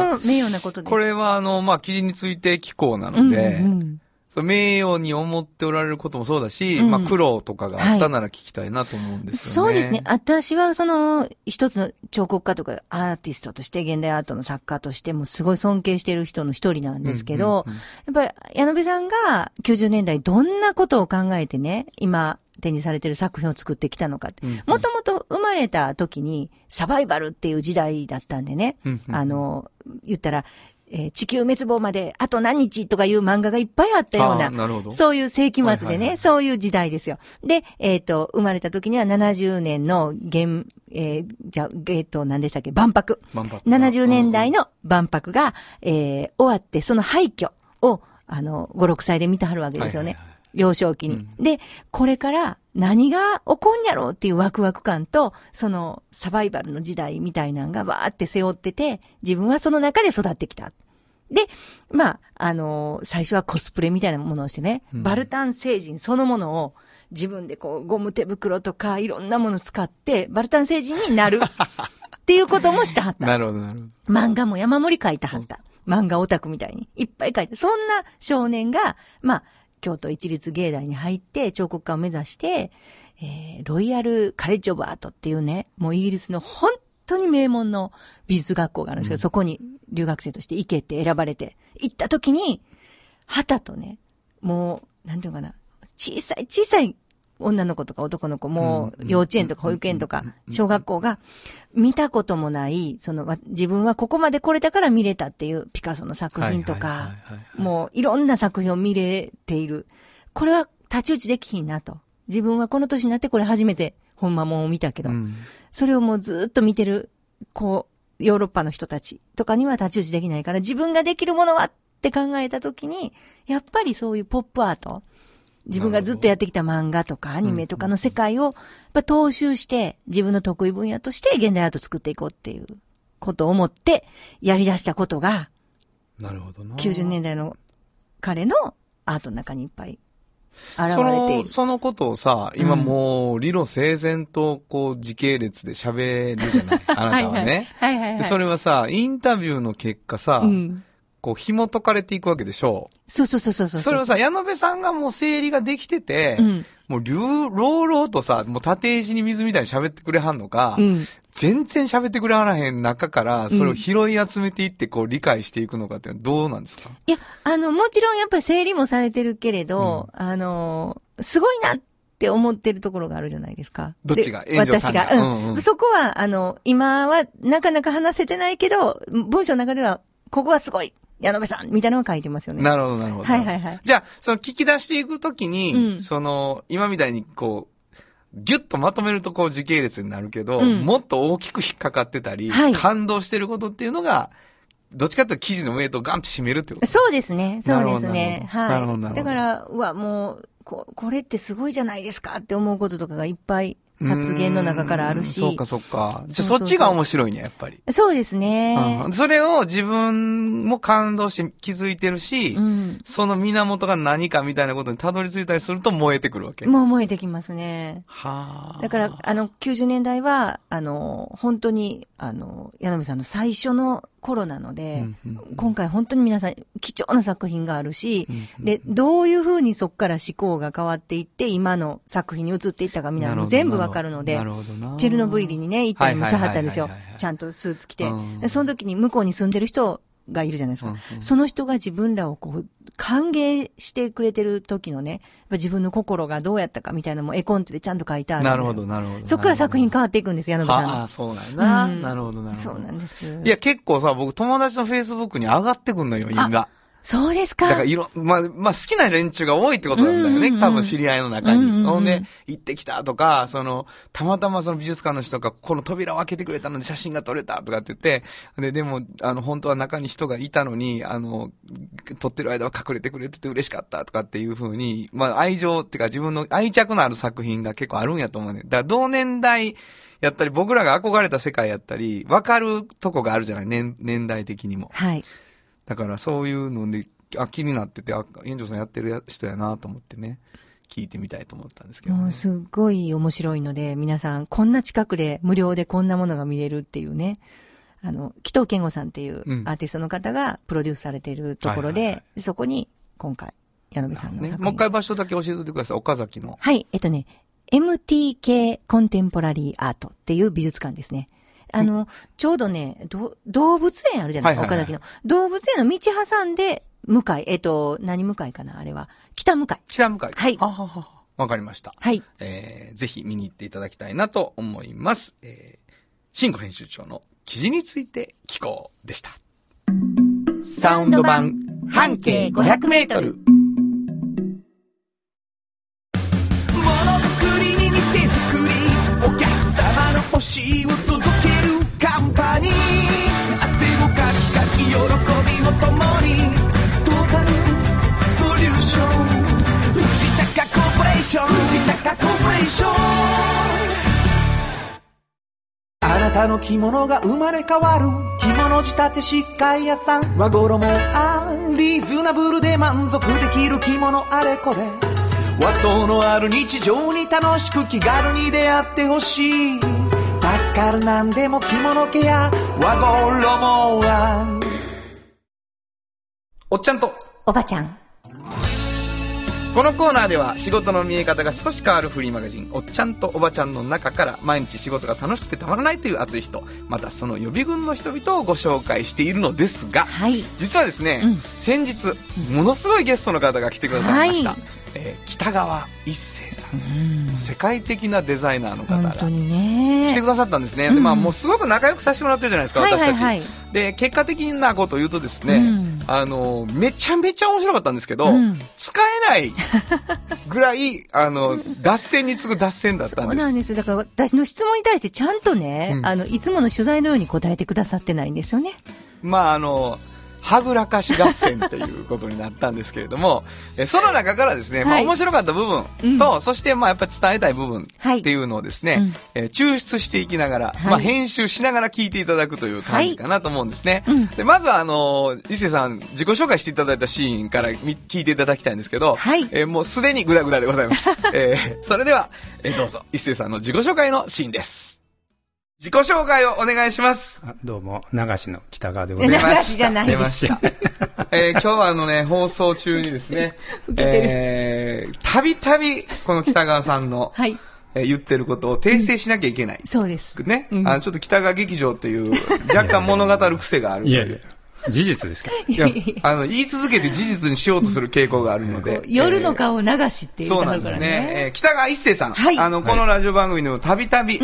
[SPEAKER 3] 本当名誉なことです。
[SPEAKER 2] これはあの、まあ、記事について寄稿なので、
[SPEAKER 3] うんうん
[SPEAKER 2] そう名誉に思っておられることもそうだし、
[SPEAKER 3] うん
[SPEAKER 2] まあ、苦労とかがあったなら聞きたいなと思うんですよ
[SPEAKER 3] そ
[SPEAKER 2] ね。
[SPEAKER 3] うですね。私はその、一つの彫刻家とかアーティストとして、現代アートの作家としてもすごい尊敬してる人の一人なんですけど、
[SPEAKER 2] うんうん
[SPEAKER 3] やっぱり矢野部さんが90年代どんなことを考えてね、今展示されてる作品を作ってきたのかって。
[SPEAKER 2] うんうん
[SPEAKER 3] もともと生まれた時にサバイバルっていう時代だったんでね、
[SPEAKER 2] うんうん
[SPEAKER 3] あの、言ったら、えー地球滅亡まであと何日とかいう漫画がいっぱいあったよう
[SPEAKER 2] あ
[SPEAKER 3] な、
[SPEAKER 2] ーなるほど
[SPEAKER 3] そういう世紀末でね、
[SPEAKER 2] はいはいはい
[SPEAKER 3] そういう時代ですよ。で、えっ、と、生まれた時には70年の原、えーじゃ、えっ、と、何でしたっけ、万博。
[SPEAKER 2] 万博
[SPEAKER 3] 70年代の万博が、えー終わって、その廃墟を、あの、5、6歳で見てはるわけですよね。
[SPEAKER 2] はいはいはい
[SPEAKER 3] 幼少期に、で、これから何が起こんやろうっていうワクワク感と、そのサバイバルの時代みたいなんがわーって背負ってて、自分はその中で育ってきた。で、まあ、あのー最初はコスプレみたいなものをしてね、
[SPEAKER 2] うん
[SPEAKER 3] バルタン星人そのものを自分でこう、ゴム手袋とかいろんなもの使って、バルタン星人になるっていうこともしてはった。
[SPEAKER 2] なるほど、なるほど。
[SPEAKER 3] 漫画も山盛り書いてはった。漫画オタクみたいに。いっぱい書いて。そんな少年が、まあ、京都一律芸大に入って彫刻家を目指して、えーロイヤルカレッジオブアートっていうね、もうイギリスの本当に名門の美術学校があるんですけど、そこに留学生として行けて選ばれて、行った時に、旗とね、もう、なんていうのかな、小さい小さい女の子とか男の子、も
[SPEAKER 2] うん
[SPEAKER 3] う幼稚園とか保育園とか、小学校が、見たこともない、その、わ自分はここまで来れたから見れたっていうピカソの作品と
[SPEAKER 2] はいはい
[SPEAKER 3] か
[SPEAKER 2] はいは、い
[SPEAKER 3] もういろんな作品を見れている。これは太刀打ちできひんなと。自分はこの年になってこれ初めて本間もんを見たけど、
[SPEAKER 2] うん
[SPEAKER 3] それをもうずーっと見てる、こう、ヨーロッパの人たちとかには太刀打ちできないから、自分ができるものはって考えたときに、やっぱりそういうポップアート、自分がずっとやってきた漫画とかアニメとかの世界を、やっぱ踏襲して、自分の得意分野として現代アート作っていこうっていうことを思って、やり出したことが、
[SPEAKER 2] なるほどな。
[SPEAKER 3] 90年代の彼のアートの中にいっぱい現れてい
[SPEAKER 2] その、
[SPEAKER 3] る。
[SPEAKER 2] そのことをさ、今もう、理路整然と、こう、時系列で喋る じゃないあなたはね。
[SPEAKER 3] はいはいはいはい
[SPEAKER 2] でそれはさ、インタビューの結果さ、
[SPEAKER 3] うん
[SPEAKER 2] こう、紐解かれていくわけでしょう。
[SPEAKER 3] そうそうそうそうそう。
[SPEAKER 2] それをさ、矢野部さんがもう整理ができてて、
[SPEAKER 3] うん
[SPEAKER 2] もう、流、朗々とさ、もう縦石に水みたいに喋ってくれはんのか、
[SPEAKER 3] うん
[SPEAKER 2] 全然喋ってくれはらへん中から、それを拾い集めていって、こう、理解していくのかっていうのはどうなんですか、
[SPEAKER 3] いや、あの、もちろんやっぱり整理もされてるけれど、あの、すごいなって思ってるところがあるじゃないですか。
[SPEAKER 2] どっちが
[SPEAKER 3] で
[SPEAKER 2] 炎上さ
[SPEAKER 3] 私
[SPEAKER 2] んが
[SPEAKER 3] が。うん、
[SPEAKER 2] うんうん
[SPEAKER 3] そこは、あの、今はなかなか話せてないけど、文章の中では、ここはすごい矢野部さんみたいなのは書いてますよね。
[SPEAKER 2] なるほど、なるほど。
[SPEAKER 3] はいはいはい
[SPEAKER 2] じゃあ、その聞き出していくときに、
[SPEAKER 3] うん
[SPEAKER 2] その、今みたいにこう、ギュッとまとめるとこう時系列になるけど、
[SPEAKER 3] うん
[SPEAKER 2] もっと大きく引っかかってたり、
[SPEAKER 3] はい
[SPEAKER 2] 感動してることっていうのが、どっちかっていうと記事のウェイトをガンって締めるってこと
[SPEAKER 3] そうですね。そうですね。
[SPEAKER 2] な
[SPEAKER 3] は
[SPEAKER 2] るほどなるほどなるほ
[SPEAKER 3] い。だ
[SPEAKER 2] ど
[SPEAKER 3] から、うわ、もう、こ、これってすごいじゃないですかって思うこととかがいっぱい発言の中からあるし。
[SPEAKER 2] うーんそうか、そうか。じ
[SPEAKER 3] そ
[SPEAKER 2] ゃあそう
[SPEAKER 3] そうそう
[SPEAKER 2] っちが面白いね、やっぱり。
[SPEAKER 3] そうですね
[SPEAKER 2] う。んそれを自分も感動して気づいてるし、
[SPEAKER 3] うん。
[SPEAKER 2] その源が何かみたいなことにたどり着いたりすると燃えてくるわけ。
[SPEAKER 3] もう燃えてきますね。
[SPEAKER 2] はあ。
[SPEAKER 3] だから、あの、90年代は、あの、本当に、あの、矢野さんの最初の頃なの
[SPEAKER 2] うん、
[SPEAKER 3] で、
[SPEAKER 2] うん
[SPEAKER 3] 今回本当に皆さん貴重な作品があるし、
[SPEAKER 2] うんうん
[SPEAKER 3] で、どういうふうにそこから思考が変わっていって、今の作品に移っていったかみたいなの全部わかるので
[SPEAKER 2] な、るほどな。
[SPEAKER 3] チェルノブイリにね、行ったりもしはったんですよ
[SPEAKER 2] はいはいはいはいは。い
[SPEAKER 3] ちゃんとスーツ着て
[SPEAKER 2] う。ん
[SPEAKER 3] でその時に向こうに住んでる人がいるじゃないですか。
[SPEAKER 2] うんうん
[SPEAKER 3] その人が自分らをこう、歓迎してくれてる時のね、やっぱ自分の心がどうやったかみたいなのも絵コンテでちゃんと書いてあるんです
[SPEAKER 2] な
[SPEAKER 3] よ
[SPEAKER 2] るほど、なるほど。
[SPEAKER 3] そこから作品変
[SPEAKER 2] わ
[SPEAKER 3] わっていくんです、矢野部さん
[SPEAKER 2] あ
[SPEAKER 3] の
[SPEAKER 2] あ、。そうなんだ。
[SPEAKER 3] うん
[SPEAKER 2] なるほど、なるほど。
[SPEAKER 3] そうなんです。
[SPEAKER 2] いや、結構さ、僕、友達の Facebook に上がってくんのよ、因が。
[SPEAKER 3] そうですか。
[SPEAKER 2] だから、いろ、まあ、まあ、好きな連中が多いってことなんだよね。
[SPEAKER 3] うんうんうん
[SPEAKER 2] 多分、知り合いの中
[SPEAKER 3] うんうんう
[SPEAKER 2] に。
[SPEAKER 3] ん
[SPEAKER 2] ほんで、行ってきたとか、その、たまたまその美術館の人が、この扉を開けてくれたので写真が撮れたとかって言って、で、でも、あの、本当は中に人がいたのに、あの、撮ってる間は隠れてくれてて嬉しかったとかっていう風に、まあ、愛情っていうか、自分の愛着のある作品が結構あるんやと思うね。だから、同年代、やったり、僕らが憧れた世界やったり、わかるとこがあるじゃない、年、年代的にも。
[SPEAKER 3] はい。
[SPEAKER 2] だからそういうので、あ、気になってて、あ、炎上さんやってるや人やなと思ってね、聞いてみたいと思ったんですけど、
[SPEAKER 3] もう
[SPEAKER 2] ね。
[SPEAKER 3] すっごい面白いので、皆さん、こんな近くで無料でこんなものが見れるっていうね。あの、紀藤健吾さんっていう
[SPEAKER 2] うん
[SPEAKER 3] アーティストの方がプロデュースされているところ
[SPEAKER 2] はいはい
[SPEAKER 3] で、そこに今回、矢野部さんの
[SPEAKER 2] ね
[SPEAKER 3] 作品。
[SPEAKER 2] もう一回場所だけ教えてください。岡崎の。
[SPEAKER 3] はい、えっとね、MTK コンテンポラリーアートっていう美術館ですね。あの、ちょうどね、ど動物園あるじゃないですか、
[SPEAKER 2] はいはい
[SPEAKER 3] 岡崎
[SPEAKER 2] はい
[SPEAKER 3] の。動物園の道挟んで、向かい、えっと、何向かいかなあれは。北向かい。
[SPEAKER 2] 北向かい。
[SPEAKER 3] はい
[SPEAKER 2] あははわかりました。
[SPEAKER 3] はい。
[SPEAKER 2] えー、ぜひ見に行っていただきたいなと思います。えー、慎吾編集長の記事について聞こうでした。サウンド版半径500メートル。
[SPEAKER 4] ものづくりに店づくりお客様の欲しいを届けるカンパニー汗をかきかき喜びを共にトータルソリューション藤高コーポレーション藤高コーポレーションあなたの着物が生まれ変わる着物仕立て疾患屋さん和衣もあリーズナブルで満足できる着物あれこれ和装のある日常に楽しく気軽に出会ってほしい助かるなんでも着物ケア和衣もあ
[SPEAKER 2] おっちゃんと
[SPEAKER 6] おばちゃん。
[SPEAKER 2] このコーナーでは仕事の見え方が少し変わるフリーマガジン、おっちゃんとおばちゃんの中から毎日仕事が楽しくてたまらないという熱い人、またその予備軍の人々をご紹介しているのですが、
[SPEAKER 6] はい。
[SPEAKER 2] 実はですね、
[SPEAKER 6] うん
[SPEAKER 2] 先日、ものすごいゲストの方が来てくださいました。
[SPEAKER 6] はい
[SPEAKER 2] えー北川一生さん、世界的なデザイナーの方
[SPEAKER 3] 本
[SPEAKER 2] が
[SPEAKER 3] 当に
[SPEAKER 2] 来て
[SPEAKER 3] ね。
[SPEAKER 2] くださったんですね。で、まあ、もうすごく仲良くさせてもらってるじゃないですか、
[SPEAKER 3] はい
[SPEAKER 2] 私た
[SPEAKER 3] は
[SPEAKER 2] ち。
[SPEAKER 3] いはい。
[SPEAKER 2] で、結果的なことを言うとですね、
[SPEAKER 3] うん
[SPEAKER 2] あの、めちゃめちゃ面白かったんですけど、
[SPEAKER 3] うん
[SPEAKER 2] 使えないぐ らい、あの、脱線に次ぐ脱線だっ
[SPEAKER 3] そ
[SPEAKER 2] たん
[SPEAKER 3] う
[SPEAKER 2] で
[SPEAKER 3] なん
[SPEAKER 2] す。
[SPEAKER 3] ですよ。だから私の質問に対してちゃんとね、
[SPEAKER 2] うん
[SPEAKER 3] あの、いつもの取材のように答えてくださってないんですよね。
[SPEAKER 2] まあ、あの、はぐらかし合戦っていうことになったんですけれども、えその中からですね、ま
[SPEAKER 3] は
[SPEAKER 2] あ、
[SPEAKER 3] い
[SPEAKER 2] 面白かった部分と、そして、まあ、やっぱり伝えたい部分
[SPEAKER 3] はい
[SPEAKER 2] っていうのをですね、えー抽出していきながら、
[SPEAKER 3] はい
[SPEAKER 2] まあ、編集しながら聞いていただくという感じかなと思うんですね。
[SPEAKER 3] うん
[SPEAKER 2] で、まずは、あの、伊勢さん、自己紹介していただいたシーンからみ聞いていただきたいんですけど、
[SPEAKER 3] はい
[SPEAKER 2] えーもうすでにグダグダでござい ます。えーそれでは、えーどうぞ、伊勢さんの自己紹介のシーンです。自己紹介をお願いします。
[SPEAKER 7] あどうも、流しの北川でござい
[SPEAKER 3] 流
[SPEAKER 7] ます。
[SPEAKER 3] しじゃない
[SPEAKER 2] 出
[SPEAKER 3] で。
[SPEAKER 2] ますした。えー今日はあのね、放送中にです ね、えーたびたび、この北川さんの、
[SPEAKER 3] はい。
[SPEAKER 2] えー言ってることを訂正しなきゃいけない。
[SPEAKER 3] そうです。
[SPEAKER 2] ね、
[SPEAKER 3] うん
[SPEAKER 2] あの、ちょっと北川劇場という、若干物語る癖があると
[SPEAKER 7] いや
[SPEAKER 2] いう。
[SPEAKER 7] いや、事実ですから。
[SPEAKER 2] いやあの、言い続けて事実にしようとする傾向があるので。
[SPEAKER 3] 夜の
[SPEAKER 2] えー
[SPEAKER 3] 顔流しっていう
[SPEAKER 2] そう
[SPEAKER 3] 歌
[SPEAKER 2] な
[SPEAKER 3] だ
[SPEAKER 2] んで
[SPEAKER 3] か
[SPEAKER 2] す
[SPEAKER 3] ら
[SPEAKER 2] ね。え
[SPEAKER 3] ね。
[SPEAKER 2] ー北川一生さん。
[SPEAKER 3] はい
[SPEAKER 2] あの、このラジオ番組でもたびたび、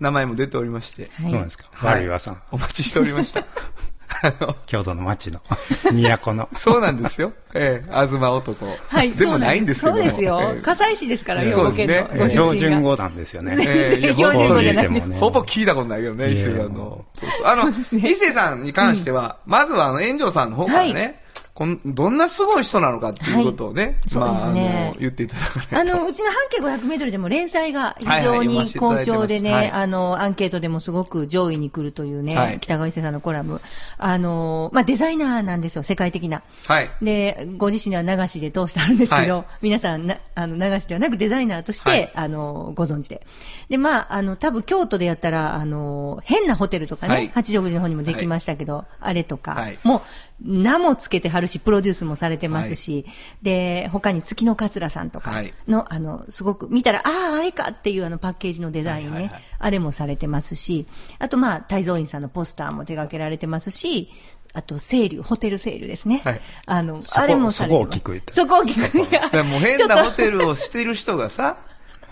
[SPEAKER 2] 名前も出ておりまして、
[SPEAKER 7] そうなんですか。
[SPEAKER 2] はい
[SPEAKER 7] 悪い噂の、
[SPEAKER 2] お待ちしておりました。 あの、
[SPEAKER 7] 郷土の町の、 都の。
[SPEAKER 2] そうなんですよ。ええ、あずま男。
[SPEAKER 3] はい。
[SPEAKER 2] でもないんですけども
[SPEAKER 3] そうですよ
[SPEAKER 2] え。え
[SPEAKER 3] 火西市ですから、
[SPEAKER 2] ええ
[SPEAKER 3] 兵庫県の
[SPEAKER 2] そうですねええ
[SPEAKER 3] ご出身が
[SPEAKER 7] 標準語なんですよね。
[SPEAKER 2] え えいや
[SPEAKER 3] 標準語じゃないです
[SPEAKER 7] ほぼ
[SPEAKER 2] ほぼ聞いたことないけどね、
[SPEAKER 7] い
[SPEAKER 2] 伊
[SPEAKER 7] や
[SPEAKER 2] 勢さんの。そうそう。あの、伊勢さんに関しては、まずはあの、炎上さんの方からね、こん、どんなすごい人なのかっていうことをね、
[SPEAKER 3] いそうですね
[SPEAKER 2] まあ、あの言っていただかない
[SPEAKER 3] あの、うちの半径500メートルでも連載が非
[SPEAKER 2] はいは
[SPEAKER 3] 常
[SPEAKER 2] い読ま
[SPEAKER 3] に
[SPEAKER 2] せていた
[SPEAKER 3] 好
[SPEAKER 2] だいてます
[SPEAKER 3] 調でね、
[SPEAKER 2] はい
[SPEAKER 3] あの、アンケートでもすごく上位に来るというね、
[SPEAKER 2] はい
[SPEAKER 3] 北川伊勢さんのコラム。あの、まあ、デザイナーなんですよ、世界的な。
[SPEAKER 2] はい。
[SPEAKER 3] で、ご自身では流しで通してあるんですけど、
[SPEAKER 2] はい
[SPEAKER 3] 皆さんな、あの、流しではなくデザイナーとして、
[SPEAKER 2] はい
[SPEAKER 3] あの、ご存知で。で、まあ、あの、多分京都でやったら、あの、変なホテルとかね、
[SPEAKER 2] はい
[SPEAKER 3] 八丈口の方にもできましたけど、あれとか、
[SPEAKER 2] はい
[SPEAKER 3] もう、名もつけてはるし、プロデュースもされてますし、で、他に月の桂さんとか
[SPEAKER 2] はい
[SPEAKER 3] の、あの、すごく見たら、ああ、あれかっていうあのパッケージのデザインね、
[SPEAKER 2] はいはいはい
[SPEAKER 3] あれもされてますし、あとまあ、泰造院さんのポスターも手掛けられてますし、あと、セール、ホテルセールですね。
[SPEAKER 2] はい
[SPEAKER 3] あの、
[SPEAKER 7] そこ
[SPEAKER 3] あれもされてます
[SPEAKER 7] そこを聞く
[SPEAKER 3] そこを聞く。いや
[SPEAKER 2] だからもう 変
[SPEAKER 3] ちょっ
[SPEAKER 2] な
[SPEAKER 3] と
[SPEAKER 2] ホテルをしてる人がさ、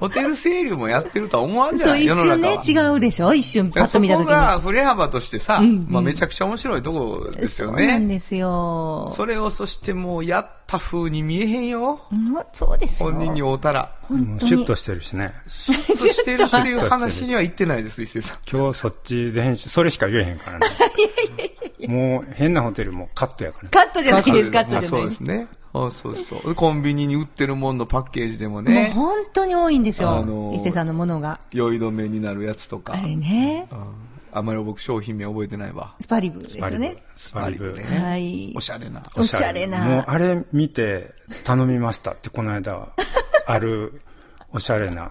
[SPEAKER 2] ホテル整理もやってるとは思わんじゃ
[SPEAKER 3] そ
[SPEAKER 2] な
[SPEAKER 3] う、
[SPEAKER 2] い
[SPEAKER 3] 一
[SPEAKER 2] 世の中
[SPEAKER 3] 瞬ね
[SPEAKER 2] は、
[SPEAKER 3] 違うでしょ一瞬、パッと見た
[SPEAKER 2] そ
[SPEAKER 3] と
[SPEAKER 2] こ
[SPEAKER 3] きに。
[SPEAKER 2] が振れ幅としてさ、まあ、めちゃくちゃ面白いとこですよ
[SPEAKER 3] そうなん
[SPEAKER 2] ね。
[SPEAKER 3] ですよ。
[SPEAKER 2] それをそしてもうやった風に見えへんよ。
[SPEAKER 3] うんそうですよ。
[SPEAKER 2] 本人に会うたら。
[SPEAKER 7] うんシュッとしてるしね。
[SPEAKER 2] そしてるっていう話には言ってないです、伊勢さん。
[SPEAKER 7] 今日そっちで編集、それしか言えへんからね。もう変なホテルもカットやからね。
[SPEAKER 3] カットじゃないです、カット
[SPEAKER 2] あ
[SPEAKER 3] じゃ
[SPEAKER 2] そ
[SPEAKER 3] な
[SPEAKER 2] う
[SPEAKER 3] い
[SPEAKER 2] で
[SPEAKER 3] です
[SPEAKER 2] す。ね。あそうそう。コンビニに売ってるもんのパッケージでもね、
[SPEAKER 3] もう本当に多いんです
[SPEAKER 2] あ
[SPEAKER 3] よ
[SPEAKER 2] の。ー
[SPEAKER 3] 伊勢さんのものが。
[SPEAKER 2] 酔い止めになるやつとか。
[SPEAKER 3] あれね。
[SPEAKER 2] あんまり僕商品名覚えてないわ。
[SPEAKER 3] スパリブですよね。
[SPEAKER 7] スパリブ。
[SPEAKER 2] スパ
[SPEAKER 7] ス
[SPEAKER 2] リブ
[SPEAKER 7] パリ
[SPEAKER 2] ね
[SPEAKER 3] はい
[SPEAKER 2] お。しゃれな。
[SPEAKER 3] おしゃれな。
[SPEAKER 7] もうあれ見て頼みましたって、この間、あるおしゃれな、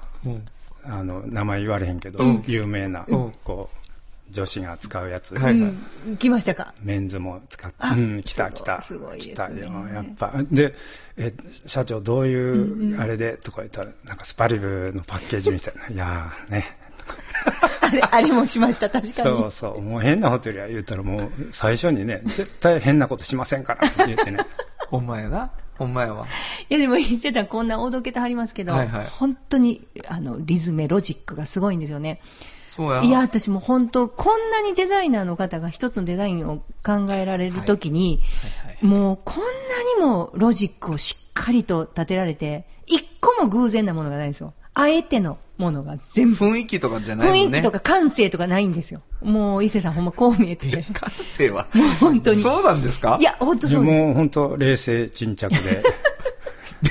[SPEAKER 7] あの、名前言われへんけど、有名な、こう、女子が使うやつ。
[SPEAKER 2] はいはい。
[SPEAKER 3] 来ましたか
[SPEAKER 7] メンズも使って、うん、来た
[SPEAKER 3] すごい
[SPEAKER 7] 来た。
[SPEAKER 3] すごいですね
[SPEAKER 7] 来たよ、やっぱ。で、え、社長どういう、あれで、とか言ったら、なんかスパリブのパッケージみたいな。いやーね。
[SPEAKER 3] あれ、あれもしました、確か
[SPEAKER 7] そ
[SPEAKER 3] に
[SPEAKER 7] う。そう。もう変なホテルや言うたらもう最初にね、絶対変なことしませんからって言っ てね。
[SPEAKER 2] お前な。お前は。
[SPEAKER 3] いやでも、伊勢さんこんなおどけてはりますけど、
[SPEAKER 2] はいはい
[SPEAKER 3] 本当に、あの、リズム、ロジックがすごいんですよね。
[SPEAKER 2] そうや。
[SPEAKER 3] いや、私も本当、こんなにデザイナーの方が一つのデザインを考えられるときに、もうこんなにもロジックをしっかりと立てられて、一個も偶然なものがないんですよ。あえてのものが全部。
[SPEAKER 2] 雰囲気とかじゃな
[SPEAKER 3] 雰
[SPEAKER 2] いも
[SPEAKER 3] 囲
[SPEAKER 2] んね。
[SPEAKER 3] 気とか感性とかないんですよ。もう、伊勢さんほんまこう見えて。
[SPEAKER 2] 感性は。
[SPEAKER 3] もう本当に。
[SPEAKER 2] そうなんですか
[SPEAKER 3] い、や、本当
[SPEAKER 7] で
[SPEAKER 3] そうです。
[SPEAKER 7] もう本当冷静沈着 で。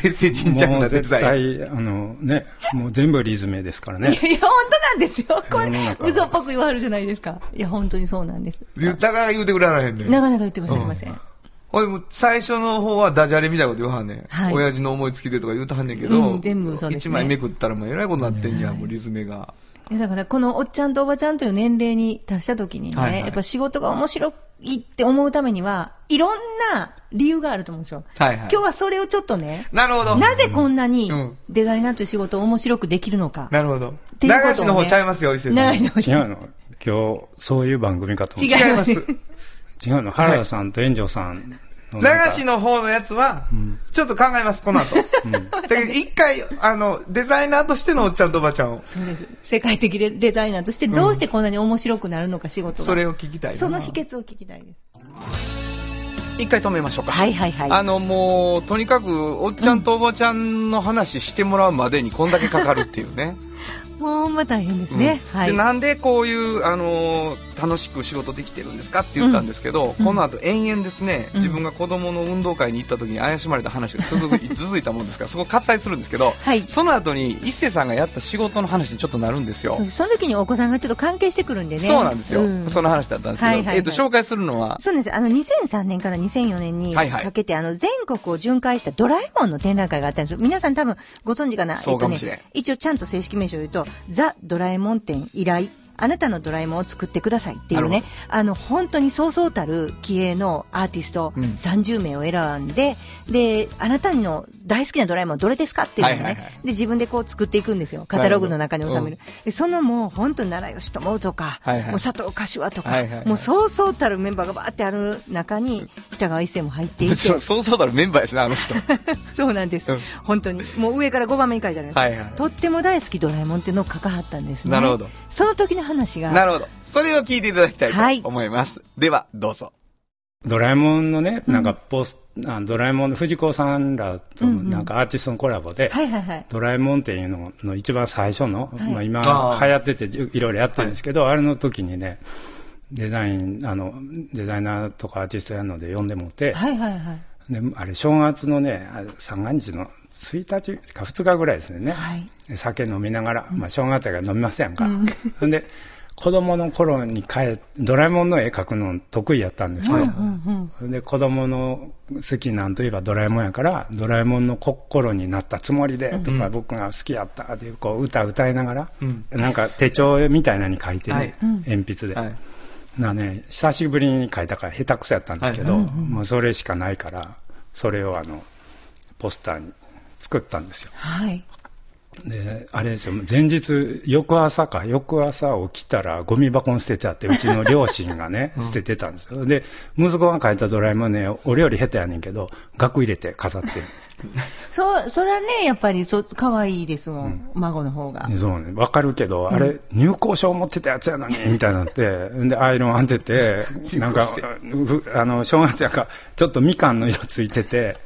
[SPEAKER 2] 冷静沈着
[SPEAKER 7] も
[SPEAKER 2] なデ
[SPEAKER 7] う絶
[SPEAKER 2] ザイン。
[SPEAKER 7] 対、あのね、もう全部リズムですか らね。
[SPEAKER 3] いや、本当なんですよ。こ
[SPEAKER 7] 世の
[SPEAKER 3] れ、
[SPEAKER 7] 中は
[SPEAKER 3] 嘘っぽく言わはるじゃないですか。いや、本当にそうなんです。
[SPEAKER 2] 言うだから言うてくれられへんねん。
[SPEAKER 3] なかなか言ってくれません。
[SPEAKER 2] ほいでもう最初の方はダジャレみたいなこと言わはんねん。
[SPEAKER 3] はい
[SPEAKER 2] 親父の思いつきでとか言うとはんねんけど、
[SPEAKER 3] うん全部嘘ですね
[SPEAKER 2] 一枚めくったらもうえらいことになってんじゃん、もうリズムが。
[SPEAKER 3] いやだから、このおっちゃんとおばちゃんという年齢に達した時にね、
[SPEAKER 2] はいはい
[SPEAKER 3] やっぱ仕事が面白いって思うためには、いろんな理由があると思うんですよ。
[SPEAKER 2] はいはい
[SPEAKER 3] 今日はそれをちょっとね、
[SPEAKER 2] なるほど。
[SPEAKER 3] なぜこんなに
[SPEAKER 2] うん
[SPEAKER 3] デザイナーという仕事を面白くできるのか。
[SPEAKER 2] なるほど。
[SPEAKER 3] て
[SPEAKER 2] 流
[SPEAKER 3] いうことをね
[SPEAKER 2] しの方ちゃいますよ、伊勢さん。
[SPEAKER 3] 長いの
[SPEAKER 7] 違うの。今日、そういう番組かと思っ
[SPEAKER 2] 違います。
[SPEAKER 3] 違い
[SPEAKER 2] 流
[SPEAKER 7] た。違うの。原田さんと炎上さんのなんか。
[SPEAKER 2] しの方のやつは、ちょっと考えます、この後。だけど一回、あの、デザイナーとしてのおっちゃんとおばちゃんを、
[SPEAKER 3] そうです。世界的レデザイナーとしてどうしてこんなに面白くなるのか仕事が。
[SPEAKER 2] それを聞きたいな。
[SPEAKER 3] その秘訣を聞きたいです。
[SPEAKER 2] 一回止めましょうか。
[SPEAKER 8] はいはいはい。
[SPEAKER 2] あのもうとにかくおっちゃんとおばちゃんの話してもらうまでにこんだけかかるっていうね。
[SPEAKER 3] もう、まあ大変ですね。
[SPEAKER 2] うん
[SPEAKER 3] はい。
[SPEAKER 2] でなんでこういう、あのー楽しく仕事できてるんですかって言ったんですけど、この後延々ですね、自分が子供の運動会に行った時に怪しまれた話が続 く続いたもんですからそこ割愛するんですけど、
[SPEAKER 3] はい
[SPEAKER 2] その後に伊勢さんがやった仕事の話にちょっとなるんですよ。
[SPEAKER 3] そうその時にお子さんがちょっと関係してくるんでね。
[SPEAKER 2] そうなんですよ、
[SPEAKER 3] うん
[SPEAKER 2] その話だったんですけど、
[SPEAKER 3] はいはいはい
[SPEAKER 2] えっと紹介するのは
[SPEAKER 3] そうなんです。あの、2003年から2004年に
[SPEAKER 2] はいはい
[SPEAKER 3] かけて、あの、全国を巡回したドラえもんの展覧会があったんですよ。皆さん多分ご存知かな
[SPEAKER 2] そうかも
[SPEAKER 3] えっと
[SPEAKER 2] しれん
[SPEAKER 3] ね、一応ちゃんと正式名称を言うと、ザ・ドラえもん展依頼。あなたのドラえもんを作ってくださいっていう
[SPEAKER 2] なる
[SPEAKER 3] ね、あの、本当にそうそうたる気鋭のアーティスト
[SPEAKER 2] うん
[SPEAKER 3] 30名を選んで、で、あなたの大好きなドラえもんはどれですかっていうのをね、
[SPEAKER 2] はいはいはい
[SPEAKER 3] で、自分でこう作っていくんですよ。カタログの中に収
[SPEAKER 2] な
[SPEAKER 3] め
[SPEAKER 2] る
[SPEAKER 3] る。でそのもう本当に奈良義友とか、
[SPEAKER 2] はいはい
[SPEAKER 3] もう佐藤柏とか、
[SPEAKER 2] はいはいはい
[SPEAKER 3] もうそうそうたるメンバーがバーってある中に、北川一世も入ってい
[SPEAKER 2] も
[SPEAKER 3] て、
[SPEAKER 2] ちろんそうそうたるメンバーやしなあの人は
[SPEAKER 3] そうなんです、
[SPEAKER 2] うん
[SPEAKER 3] 本当に、もう上から5番目に書いてある、
[SPEAKER 2] いはい
[SPEAKER 3] とっても大好きドラえもんっていうのを書かはったんですね、
[SPEAKER 2] なるほど
[SPEAKER 3] その時の話が、
[SPEAKER 2] なるほどそれを聞いていただきた
[SPEAKER 3] はいい
[SPEAKER 2] と思います、ではどうぞ
[SPEAKER 7] ドラえもんのね、なんかポス、あドラえもんの藤子さんらとなんかアーティストのコラボで、
[SPEAKER 3] はいはいはい、
[SPEAKER 7] ドラえもんっていうのの一番最初の、まあ
[SPEAKER 2] あ
[SPEAKER 7] 今
[SPEAKER 2] ー
[SPEAKER 7] 流行っててじゅいろいろやってるんですけど、あれの時にね、デザイン、あの、デザイナーとかアーティストやるので呼んでもって、
[SPEAKER 3] はいはいはい、
[SPEAKER 7] で、あれ、正月のね、あ三が日の1日か2日ぐらいですね。
[SPEAKER 3] はい
[SPEAKER 7] 酒飲みながら、まあ、正月やから飲みませんか。ほんで、子供の頃に帰っドラえもんの絵描くの得意やったんですよ。ほんで、子供の好きなんといえばドラえもんやから、ドラえもんの心になったつもりで、とか、僕が好きやったっていう、こう、歌歌いながら、
[SPEAKER 2] うん
[SPEAKER 7] なんか手帳みたいなのに書いてね、
[SPEAKER 2] はい
[SPEAKER 7] 鉛筆で。
[SPEAKER 2] はい
[SPEAKER 7] なね、久しぶりに書いたから下手くそやったんですけど、もうそれしかないから、それをあの、ポスターに作ったんですよ。
[SPEAKER 3] はい。
[SPEAKER 7] で、あれですよ、前日、翌朝か、翌朝起きたらゴミ箱に捨ててあって、うちの両親がね、捨ててたんですよ。で、息子が書いたドラえもんね、お料理下手やねんけど、額入れて飾ってるんですよ
[SPEAKER 3] そう、それはね、やっぱり、そう、可愛いですもん。孫の方が。
[SPEAKER 7] でそうね、わかるけど、あれ、入校証持ってたやつや のに、みたいになって、で、アイロン当てて、なんか、ふあの、正月やから、ちょっとみかんの色ついてて、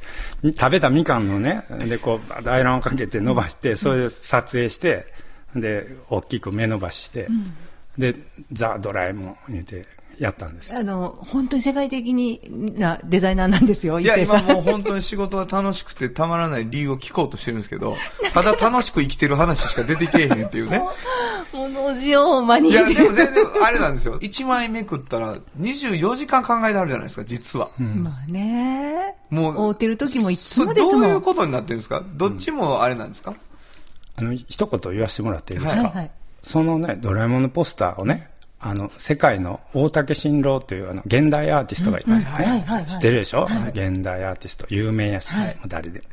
[SPEAKER 7] み食べたみかんのね、で、こう、バーッとアイロンをかけて伸ばして、それで撮影して、で、大きく目伸ばして、で、ザ・ドラえもん、言って、やったんですよ。
[SPEAKER 3] あの、本当に世界的になデザイナーなんですよ、
[SPEAKER 2] い
[SPEAKER 3] 伊
[SPEAKER 2] や、
[SPEAKER 3] 勢
[SPEAKER 2] 今
[SPEAKER 3] さん。
[SPEAKER 2] もう本当に仕事は楽しくてたまらない理由を聞こうとしてるんですけど、ただ楽しく生きてる話しか出てけえへんっていうね。
[SPEAKER 3] もう、おじよう、マニ
[SPEAKER 2] い
[SPEAKER 3] ア
[SPEAKER 2] や、でも全然、あれなんですよ。1枚めくったら24時間考えてあるじゃないですか、実は。
[SPEAKER 3] まあね。
[SPEAKER 2] も
[SPEAKER 3] 会うてる時もいつもですもん
[SPEAKER 2] そどういうことになってるんですかどっちもあれなんですか、
[SPEAKER 7] あの、一言言わせてもらっていいですか、
[SPEAKER 3] はいはい。
[SPEAKER 7] そのね、ドラえもんのポスターをね、あの、世界の大竹新郎というあの、現代アーティストがいますよ
[SPEAKER 3] うんはいはいはい
[SPEAKER 7] ね。知ってるでしょ、現代アーティスト、有名やし、
[SPEAKER 3] はい
[SPEAKER 7] もう誰で。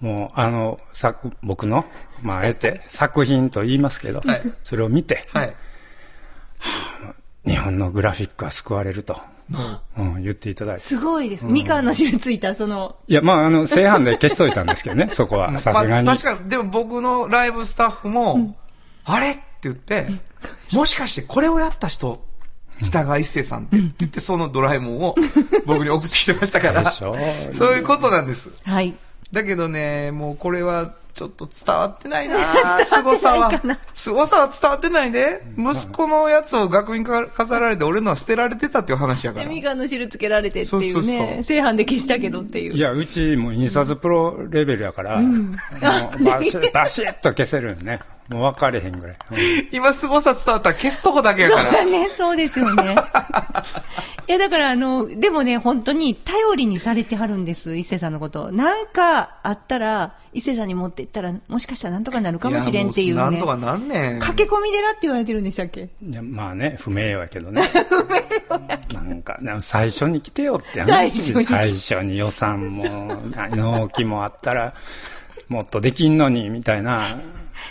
[SPEAKER 7] もう、あの、作、僕の、まあ、あえて作品と言いますけど、
[SPEAKER 2] はい
[SPEAKER 7] それを見て、
[SPEAKER 2] はい。
[SPEAKER 7] 日本のグラフィックは救われると、うん、言っていただいて。
[SPEAKER 3] すごいです。みかんの汁ついた、その、
[SPEAKER 7] いや、まあ、あの、正反で消しといたんですけどね、そこは、さすがに。
[SPEAKER 2] まあ確かに、でも僕のライブスタッフも、あれって言って、もしかしてこれをやった人、北川一生さんって、って言ってそのドラえもんを僕に送ってきてましたから、
[SPEAKER 7] でし
[SPEAKER 2] そ
[SPEAKER 7] ょ
[SPEAKER 2] ういうことなんです。
[SPEAKER 3] はい。
[SPEAKER 2] だけどね、もうこれはちょっと伝わっ てないな凄さは。凄さは伝わってないで、息子のやつを学院か飾られて、俺のは捨てられてたっていう話やか
[SPEAKER 3] で、
[SPEAKER 2] ら。
[SPEAKER 3] みかんの汁つけられてってい
[SPEAKER 2] そううそうそ
[SPEAKER 3] ね。
[SPEAKER 2] う
[SPEAKER 3] 正反で消したけどっていう。
[SPEAKER 7] いや、うちもう印刷プロレベルやから、 あのバシッ、バシッと消せるんね。もう分かれへんぐらい。うん
[SPEAKER 2] 今凄さ伝わったら消すとこだけやから。
[SPEAKER 3] ね、そうです よね。いや、だから、あの、でもね、本当に頼りにされてはるんです、伊勢さんのこと。なんかあったら、伊勢さんに持っていったら、もしかしたらなんとかなる かもしれんっていう
[SPEAKER 2] やも
[SPEAKER 3] ね。
[SPEAKER 2] なんとかなんねん。
[SPEAKER 3] 駆け込み寺って言われてるんでしたっけ
[SPEAKER 7] いやまあね、不名誉やけ どね。なんか、なんか最初に来てよって話。
[SPEAKER 3] 最初に
[SPEAKER 7] 最初に予算も、な納期もあったら、もっとできんのに、みたいな。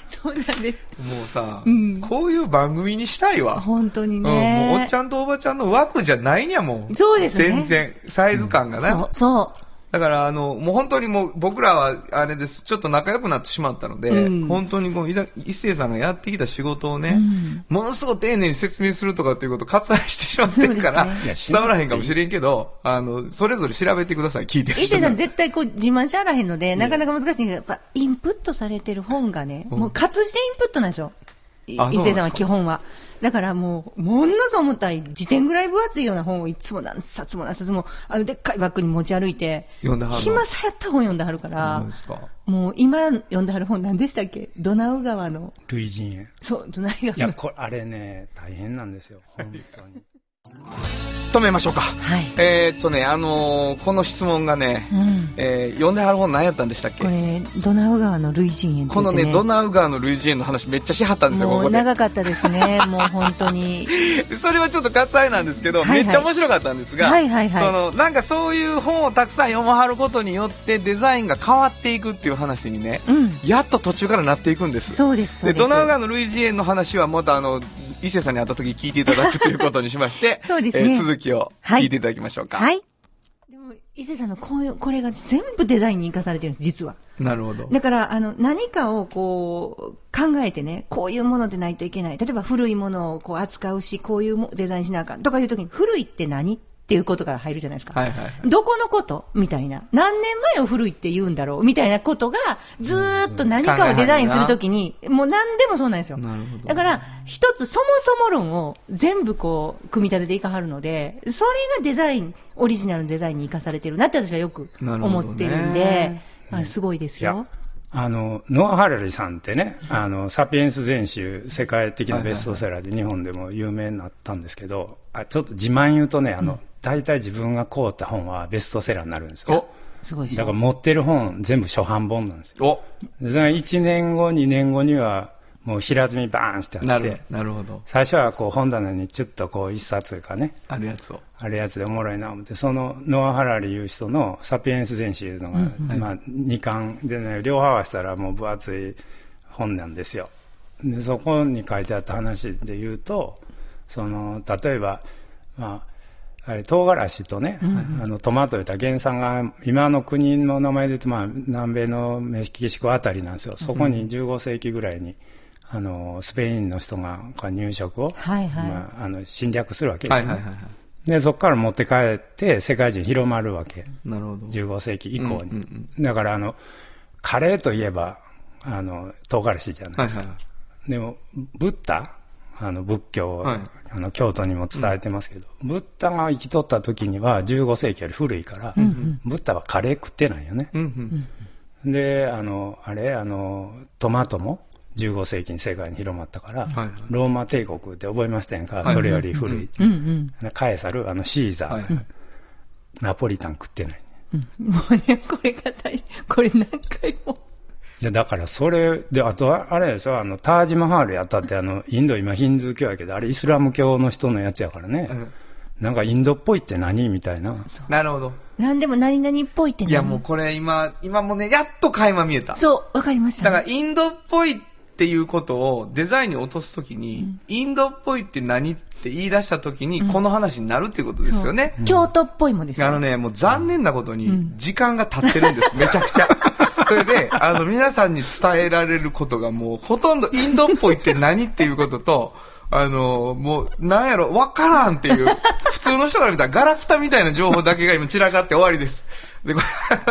[SPEAKER 3] そうなんです。
[SPEAKER 2] もうさ、こういう番組にしたいわ。
[SPEAKER 3] 本当に
[SPEAKER 2] うん、
[SPEAKER 3] ね。
[SPEAKER 2] もうおっちゃんとおばちゃんの枠じゃないにゃもん。
[SPEAKER 3] そうですね
[SPEAKER 2] 全然、サイズ感がね。
[SPEAKER 3] そう、そ
[SPEAKER 2] だから、あの、もう本当にもう僕らは、あれです、ちょっと仲良くなってしまったので、
[SPEAKER 3] うん
[SPEAKER 2] 本当にこう、いだ一生さんがやってきた仕事をね、ものすごく丁寧に説明するとかっていうことを割愛してしまってるから、
[SPEAKER 3] そう
[SPEAKER 7] ですね
[SPEAKER 2] 伝わらへんかもしれんけど、あの、それぞれ調べてください、聞いてる
[SPEAKER 3] う。伊
[SPEAKER 2] 人
[SPEAKER 3] 勢
[SPEAKER 2] が
[SPEAKER 3] さん絶対こう自慢しゃあらへんので、なかなか難しいけど、やっぱインプットされてる本がね、もう活字でインプットなんでしょ。い
[SPEAKER 2] あ
[SPEAKER 3] 伊
[SPEAKER 2] そうなんで
[SPEAKER 3] 勢
[SPEAKER 2] す
[SPEAKER 3] さ
[SPEAKER 2] か
[SPEAKER 3] んは基本は。だからもう、ものすごい重たい、辞典ぐらい分厚いような本をいつも何冊も何冊も、あの、でっかいバッグに持ち歩いて、
[SPEAKER 2] 読んではるの
[SPEAKER 3] 暇さやった本読んではるから
[SPEAKER 2] そう、ですか
[SPEAKER 3] もう今読んではる本何でしたっけドナウ川の、
[SPEAKER 7] 類人猿。
[SPEAKER 3] そう、ドナウ
[SPEAKER 7] い
[SPEAKER 3] 川
[SPEAKER 7] や、
[SPEAKER 3] の。
[SPEAKER 7] これ、あれね、大変なんですよ。本当に。
[SPEAKER 2] 止めましょうか。
[SPEAKER 3] はい。
[SPEAKER 2] えーっとね、あのーこの質問がね、
[SPEAKER 3] うん。
[SPEAKER 2] えー読んではる本何やったんでしたっけ
[SPEAKER 3] これ、ドナウ川の類人猿
[SPEAKER 2] この
[SPEAKER 3] って言って
[SPEAKER 2] ね、ドナウ川の類人猿の話めっちゃしはったんですよ、こ
[SPEAKER 3] も
[SPEAKER 2] こ
[SPEAKER 3] う
[SPEAKER 2] で。
[SPEAKER 3] 長かったですね。もう本当に。
[SPEAKER 2] それはちょっと割愛なんですけど、
[SPEAKER 3] はいはい
[SPEAKER 2] めっちゃ面白かったんですが、
[SPEAKER 3] はいはいはい
[SPEAKER 2] そのなんかそういう本をたくさん読まはることによってデザインが変わっていくっていう話にね、
[SPEAKER 3] うん。
[SPEAKER 2] やっと途中からなっていくんです。
[SPEAKER 3] そうです、そう
[SPEAKER 2] で
[SPEAKER 3] です。
[SPEAKER 2] ドナウ川の類似園の話はまたあの伊勢さんに会った時聞いていただくということにしまして
[SPEAKER 3] そうですね
[SPEAKER 2] えー続きを聞いていただきましょうか、
[SPEAKER 3] はい。でも、伊勢さんのこういう、これが全部デザインに生かされてるんです、実は。
[SPEAKER 2] なるほど
[SPEAKER 3] だから、あの、何かをこう、考えてね、こういうものでないといけない。例えば古いものをこう扱うし、こういうもデザインしなあかん。とかいう時に、古いって何
[SPEAKER 9] っていうことから入るじゃないですか。
[SPEAKER 2] はいはいはい
[SPEAKER 9] どこのことみたいな。何年前を古いって言うんだろうみたいなことが、ずーっと何かをデザインするときに、もう何でもそうなんですよ。
[SPEAKER 2] なるほど
[SPEAKER 9] だから、一つそもそも論を全部こう、組み立てていかはるので、それがデザイン、オリジナルのデザインに生かされてるなって私はよく思ってるん
[SPEAKER 2] なるほど
[SPEAKER 9] で、
[SPEAKER 2] ね
[SPEAKER 9] あれすごいです
[SPEAKER 7] いや
[SPEAKER 9] よ。、
[SPEAKER 7] あの、ノア・ハラリさんってね、あの、サピエンス全集、世界的なベストセラーで日本でも有名になったんですけど、あちょっと自慢言うとね、あの、大体自分が買うた本はベストセラーになるんですよ。
[SPEAKER 9] すごいでし
[SPEAKER 7] だから
[SPEAKER 9] ょ。
[SPEAKER 7] 持ってる本全部初版本なんですよ。
[SPEAKER 2] おお
[SPEAKER 7] でそれが1年後、2年後には、もう平積みバーンしてあ
[SPEAKER 2] な
[SPEAKER 7] っ
[SPEAKER 2] るほ
[SPEAKER 7] て
[SPEAKER 2] ど、なるほど。
[SPEAKER 7] 最初はこう本棚にちょっとこう一冊かね、
[SPEAKER 2] あるやつを。
[SPEAKER 7] あるやつでおもろいな思って、そのノア・ハラリいう人のサピエンス全史いうのが、まあ、2巻でね、両方合わせたらもう分厚い本なんですよ。で、そこに書いてあった話で言うと、その、例えば、まあ、あれ、唐辛子とね、あの、トマトいった原産が、今の国の名前で言うと、まあ、南米のメキシコあたりなんですよ。そこに15世紀ぐらいに、あの、スペインの人がこう入植を、
[SPEAKER 9] はいはい
[SPEAKER 7] まあ、あの、侵略するわけで
[SPEAKER 2] は
[SPEAKER 7] すよ
[SPEAKER 2] い
[SPEAKER 7] ね。
[SPEAKER 2] はいはいは
[SPEAKER 7] で、そこから持って帰って、世界中に広まるわけ。
[SPEAKER 2] い。なるほど。
[SPEAKER 7] 15世紀以降に。
[SPEAKER 2] うん
[SPEAKER 7] だから、あの、カレーといえば、あの、唐辛子じゃない
[SPEAKER 2] はい
[SPEAKER 7] ですか。
[SPEAKER 2] はいはい。
[SPEAKER 7] でも、ブッダ、あの、仏教を、
[SPEAKER 2] はい
[SPEAKER 7] あの、京都にも伝えてますけど、ブッダが生きとった時には15世紀より古いから、ブッダはカレー食ってないよね。
[SPEAKER 2] うんうん。
[SPEAKER 7] で、あの、あれ、あの、トマトも15世紀に世界に広まったから、
[SPEAKER 2] はい
[SPEAKER 7] ローマ帝国って覚えましたやんか、それより古い。カエサル、あの、シーザー、
[SPEAKER 2] はいはい。
[SPEAKER 7] ナポリタン食ってない。
[SPEAKER 9] もうね、これが大、これ何回も。
[SPEAKER 7] いや、だからそれで、あとは、あれでしょ、あの、タージマハールやったって、あの、インド今ヒンズー教やけど、あれイスラム教の人のやつやからね、
[SPEAKER 2] うん
[SPEAKER 7] なんかインドっぽいって何みたいな。
[SPEAKER 2] なるほど。
[SPEAKER 9] 何でも何々っぽいって
[SPEAKER 2] いやもうこれ今、今もね、やっと垣間見えた。
[SPEAKER 9] そう、わかりました。
[SPEAKER 2] だからインドっぽいっていうことをデザインに落とすときに、インドっぽいって何って言い出したときに、この話になるっていうことですよね。
[SPEAKER 9] 京都っぽいもんですよ
[SPEAKER 2] あのね、もう残念なことに、時間が経ってるんです、めちゃくちゃ。それで、あの、皆さんに伝えられることがもう、ほとんどインドっぽいって何っていうことと、あの、もう、なんやろ、わからんっていう、普通の人から見たらガラクタみたいな情報だけが今散らかって終わりです。で、こ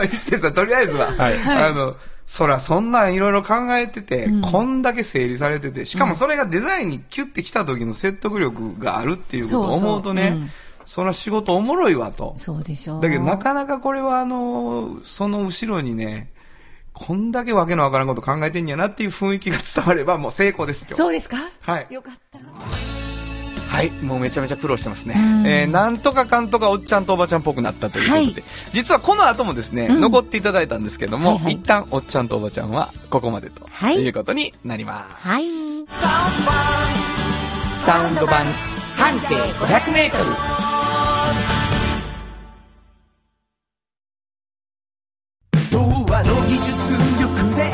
[SPEAKER 2] れ、一星さん、とりあえずは、
[SPEAKER 7] はい
[SPEAKER 2] あの、そら、そんなんいろいろ考えてて、こんだけ整理されてて、しかもそれがデザインにキュッてきた時の説得力があるっていうことを思うとね、
[SPEAKER 9] そ
[SPEAKER 2] そう
[SPEAKER 9] そううん
[SPEAKER 2] ら仕事おもろいわと。
[SPEAKER 9] そうでしょう。
[SPEAKER 2] だけどなかなかこれはあの、その後ろにね、こんだけわけのわからんこと考えてんやなっていう雰囲気が伝わればもう成功ですよ。
[SPEAKER 9] そうですか
[SPEAKER 2] はい。
[SPEAKER 9] よかった。
[SPEAKER 2] はい。もうめちゃめちゃ苦労してますね。えー、なんとかかんとかおっちゃんとおばちゃんっぽくなったということで。実はこの後もですね、残っていただいたんですけども、
[SPEAKER 3] はいはい
[SPEAKER 2] 一旦おっちゃんとおばちゃんはここまでと、、
[SPEAKER 3] はいいう
[SPEAKER 2] ことになりま
[SPEAKER 3] はい。
[SPEAKER 2] す。サウンド版半径500メートル。
[SPEAKER 4] 童話の技術力で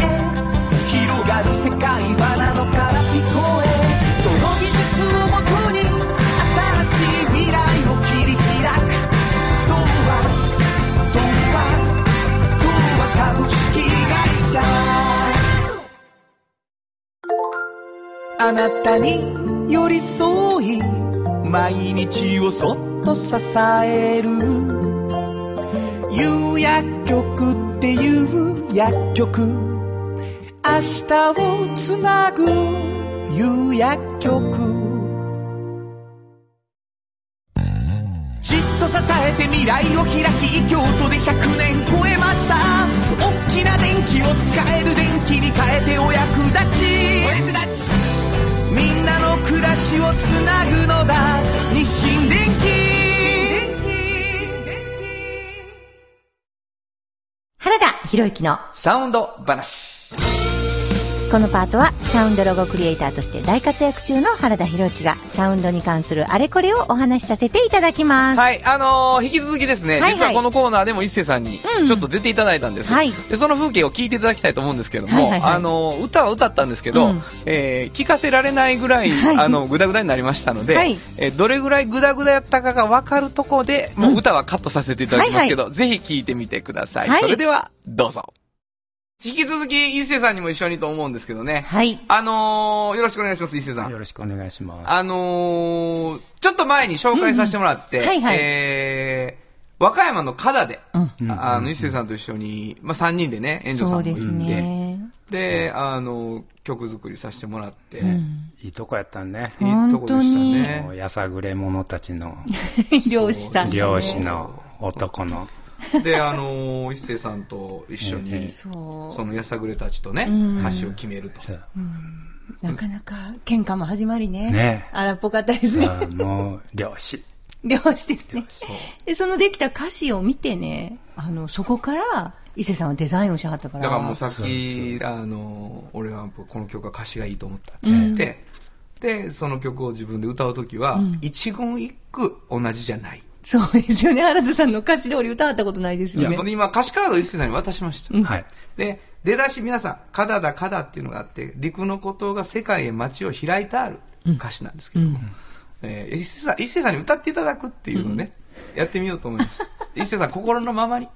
[SPEAKER 4] 広がる世界はなのから聞こえその技術をもとに新しい未来を切り開く童話童話童話株式会社あなたに寄り添い毎日をそっと支える釉薬局っていう薬局明日をつなぐ釉薬局じっと支えて未来を開き京都で100年超えました大きな電気を使える電気に変えてお役立ちお役立ちみんなの暮らしをつなぐのだ日清電気
[SPEAKER 3] 原田博之の
[SPEAKER 2] サウンド話。
[SPEAKER 3] このパートはサウンドロゴクリエイターとして大活躍中の原田博之がサウンドに関するあれこれをお話しさせていただきます。
[SPEAKER 2] はい、あのー引き続きですね、
[SPEAKER 3] いはい
[SPEAKER 2] 実はこのコーナーでも一星さんに
[SPEAKER 3] うん
[SPEAKER 2] ちょっと出ていただいたんです、
[SPEAKER 3] はい
[SPEAKER 2] でその風景を聞いていただきたいと思うんですけども、
[SPEAKER 3] はいはいはい
[SPEAKER 2] あのー歌は歌ったんですけど、
[SPEAKER 3] うん
[SPEAKER 2] えー聞かせられないぐらい、あのグダグダになりましたので、
[SPEAKER 9] はい
[SPEAKER 2] えーどれぐらいグダグダやったかが分かるとこでもう歌はカットさせていただきますけど、ぜひ聞いてみてください、
[SPEAKER 3] はい
[SPEAKER 2] それではどうぞ引き続き、伊勢さんにも一緒にと思うんですけどね。
[SPEAKER 3] はい。
[SPEAKER 2] あのー、よろしくお願いします、伊勢さん。
[SPEAKER 7] よろしくお願いします。
[SPEAKER 2] あのー、ちょっと前に紹介させてもらって、
[SPEAKER 3] うんうんはいはい
[SPEAKER 2] えー、和歌山の加田で、
[SPEAKER 3] う
[SPEAKER 2] あの、伊勢さんと一緒に、まあ、3人でね、遠藤さん
[SPEAKER 3] そ
[SPEAKER 2] も
[SPEAKER 3] う
[SPEAKER 2] い
[SPEAKER 3] で
[SPEAKER 2] て、
[SPEAKER 3] すね。
[SPEAKER 2] で、あの、曲作りさせてもらって、
[SPEAKER 7] いいとこやったんね。
[SPEAKER 2] いいとこでしたね
[SPEAKER 7] も。うやさぐれ者た ちの、
[SPEAKER 9] 漁師さん。
[SPEAKER 7] 漁師の男の。
[SPEAKER 2] で、あのー、一星さんと一緒に、
[SPEAKER 9] そ
[SPEAKER 2] そのやさぐれたちとね、歌詞を決めると。
[SPEAKER 9] う。なかなか、喧嘩も始まりね。
[SPEAKER 7] ね
[SPEAKER 9] 荒っぽかったですね。
[SPEAKER 7] あーもう、漁師。
[SPEAKER 9] 漁師ですね。で、そのできた歌詞を見てね、あの、そこから、伊勢さんはデザインをしはったから。
[SPEAKER 2] だからもうさっ
[SPEAKER 7] そうで
[SPEAKER 2] き、あの、俺はこの曲は歌詞がいいと思ったって言って、で、その曲を自分で歌うときは、一言一句同じじゃない。
[SPEAKER 9] そうですよね。原田さんの歌詞通り歌ったことないですよね
[SPEAKER 2] そ。こで今歌詞カードを一星さんに渡しました。
[SPEAKER 7] はい。
[SPEAKER 2] で、出だし皆さん、カダだカダっていうのがあって、陸の孤島が世界へ街を開いたある歌詞なんですけども、えー、伊勢さん、伊勢さんに歌っていただくっていうのをね、やってみようと思います。伊勢さん、心のままに。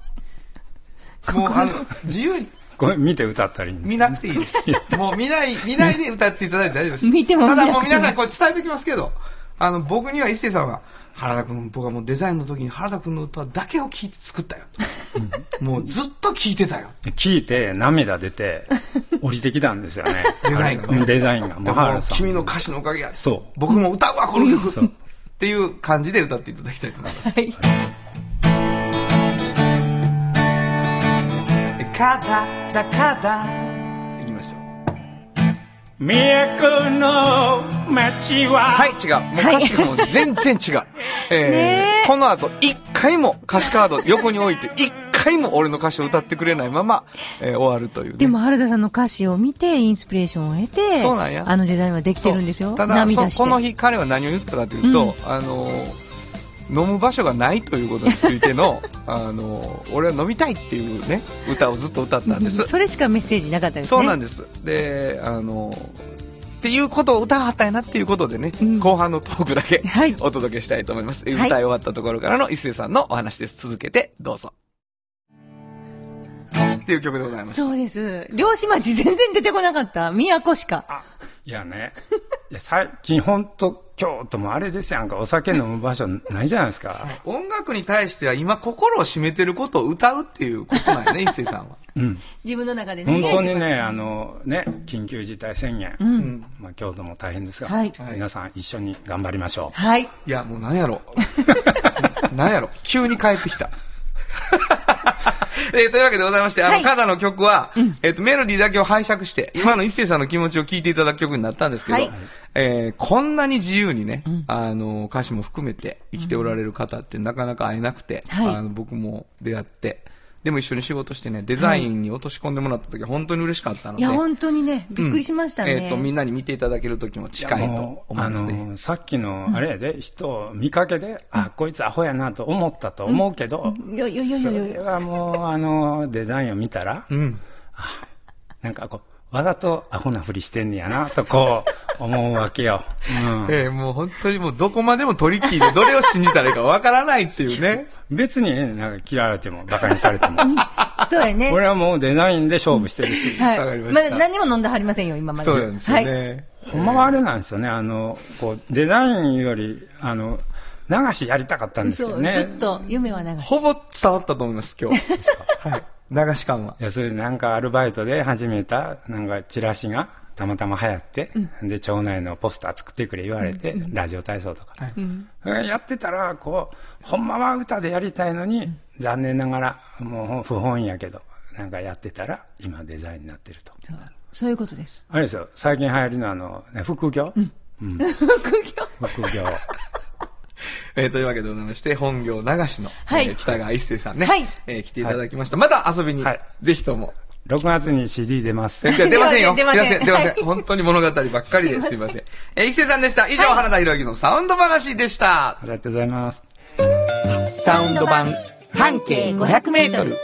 [SPEAKER 2] もう、あの、自由に。
[SPEAKER 7] これ見て歌ったりに。
[SPEAKER 2] 見なくていいです。もう見ない、見ないで歌っていただいて大丈夫 です。
[SPEAKER 9] 見ても見なく
[SPEAKER 2] た
[SPEAKER 9] て
[SPEAKER 2] だ
[SPEAKER 9] も
[SPEAKER 2] もう皆さんこれ伝えておきますけど、あの、僕には一星さんは、原田君、僕はもうデザインの時に原田君の歌だけを聴いて作ったよ。もうずっと聴いてたよ。
[SPEAKER 7] 聞いて涙出て 降りてきたんですよね。
[SPEAKER 2] デザインがね
[SPEAKER 7] うんデザインが。も
[SPEAKER 2] で
[SPEAKER 7] う原
[SPEAKER 2] も
[SPEAKER 7] さん。
[SPEAKER 2] 君の歌詞のおかげや。
[SPEAKER 7] そう
[SPEAKER 2] 僕も歌うわ、この曲。
[SPEAKER 7] そう
[SPEAKER 2] っていう感じで歌っていただきたいと思います。
[SPEAKER 9] はい。
[SPEAKER 2] カダダカダ。いきましょう。
[SPEAKER 7] 都の街は、
[SPEAKER 2] はい、違う。もう歌詞がもう全然違 う。えー、この後、一回も歌詞カード横に置いて、一回も俺の歌詞を歌ってくれないまま、えー終わるという、ね。
[SPEAKER 9] でも原田さんの歌詞を見て、インスピレーションを得て、
[SPEAKER 2] そうなんや
[SPEAKER 9] あのデザインはでき
[SPEAKER 2] そ
[SPEAKER 9] て
[SPEAKER 2] う、
[SPEAKER 9] るんですよ。
[SPEAKER 2] ただ
[SPEAKER 9] 涙して。
[SPEAKER 2] そこの日彼は何を言ったかというと、あのー、飲む場所がないということについ ての、あのー、俺は飲みたいっていうね、歌をずっと歌ったんです。
[SPEAKER 9] それしかメッセージなかったですね。
[SPEAKER 2] そうなん
[SPEAKER 9] で
[SPEAKER 2] です。で、あの、っていうことを歌わはったんやなっていうことでね、
[SPEAKER 9] うん
[SPEAKER 2] 後半のトーク だけ
[SPEAKER 9] はい
[SPEAKER 2] お届けしたいと思います。
[SPEAKER 9] い
[SPEAKER 2] 歌い終わったところからの一勢さんのお話です。続けてどうぞ。っていう曲でございます。
[SPEAKER 9] そうです。漁師町全然出てこなかった。都しか。
[SPEAKER 7] あ、いやね。いや最近ほんと京都もあれですやんか。お酒飲む場所ないじゃないですか。
[SPEAKER 2] 音楽に対しては今心を占めてることを歌うっていうことなんやね、一勢さんは。
[SPEAKER 9] 自分の中でね。
[SPEAKER 7] 本当にね、あの、ね、緊急事態宣言。まあ京都も大変ですが、
[SPEAKER 9] はい
[SPEAKER 7] 皆さん一緒に頑張りましょう。
[SPEAKER 9] はい。
[SPEAKER 2] いや、もうなんやろ。 なんやろ。急に帰ってきた。 えーというわけでございまして、あの、
[SPEAKER 9] はい
[SPEAKER 2] カナの曲は、えっ、と、メロディーだけを拝借して、今の一星さんの気持ちを聞いていただく曲になったんですけど、
[SPEAKER 9] はい
[SPEAKER 2] えーこんなに自由にね、あの、歌詞も含めて生きておられる方ってなかなか会えなくて、
[SPEAKER 9] はい
[SPEAKER 2] あの僕も出会って、でも一緒に仕事してね、デザインに落とし込んでもらった時は本当に嬉しかったの
[SPEAKER 9] い
[SPEAKER 2] で、
[SPEAKER 9] や、本当にね、びっくりしましたね。
[SPEAKER 2] えっ、と、みんなに見ていただける時も近いと
[SPEAKER 7] もう
[SPEAKER 2] 思い
[SPEAKER 7] あ
[SPEAKER 2] ますね。
[SPEAKER 7] の、さっきの、あれやで、人を見かけで、あ、こいつアホやなと思ったと思うけど、
[SPEAKER 9] よよよ
[SPEAKER 7] そ
[SPEAKER 9] よよ
[SPEAKER 7] れはもう、あの、デザインを見たら、
[SPEAKER 2] うん。
[SPEAKER 7] なんかこう、わざとアホなふりしてんねやな、とこう、思うわけよ。うん。
[SPEAKER 2] ええもう本当にもうどこまでもトリッキーでどれを信じたらいいかわからないっていうね。
[SPEAKER 7] 別に、なんか嫌われても、馬鹿にされても。
[SPEAKER 9] そうやね。
[SPEAKER 7] 俺はもうデザインで勝負してるし。
[SPEAKER 9] はい。
[SPEAKER 2] わかりました
[SPEAKER 9] あ何も飲んではりませんよ、今まで。
[SPEAKER 2] そうなんですよ
[SPEAKER 9] はい。
[SPEAKER 2] ね。
[SPEAKER 7] ほんまはあれなんですよね。あの、こう、デザインより、あの、流しやりたかったんです
[SPEAKER 9] そ
[SPEAKER 7] けど
[SPEAKER 9] う、
[SPEAKER 7] ね。
[SPEAKER 9] ずっと夢は長い。
[SPEAKER 2] ほぼ伝わったと思います、今日。はい。流し感は。
[SPEAKER 7] いや、それでなんかアルバイトで始めた、なんかチラシがたまたま流行って、で、町内のポスター作ってくれ言われて、ラジオ体操とか。うんやってたら、こう、ほんまは歌でやりたいのに、残念ながら、もう不本意やけど、なんかやってたら、今デザインになってると。
[SPEAKER 9] そうそういうことです。
[SPEAKER 7] あれですよ、最近流行りのあの、ね副業、副業。
[SPEAKER 2] えーというわけでございまして、本業流しの、
[SPEAKER 9] はい
[SPEAKER 2] えー北川一生さんね、
[SPEAKER 9] はい
[SPEAKER 2] えー来ていただきました。また遊びに、
[SPEAKER 7] はい
[SPEAKER 2] ぜひとも。
[SPEAKER 7] 6月に CD 出ます。
[SPEAKER 2] いや出ませんよ。
[SPEAKER 9] 出ません
[SPEAKER 2] 出
[SPEAKER 9] 出
[SPEAKER 2] ま
[SPEAKER 9] ま
[SPEAKER 2] せ
[SPEAKER 9] せん
[SPEAKER 2] ん。出ません本当に物語ばっかりですいません。えー、一生さんでした。以上、原田博之のサウンド話でした
[SPEAKER 7] あ。りがとうございます。
[SPEAKER 2] サウンド版半径500メートル。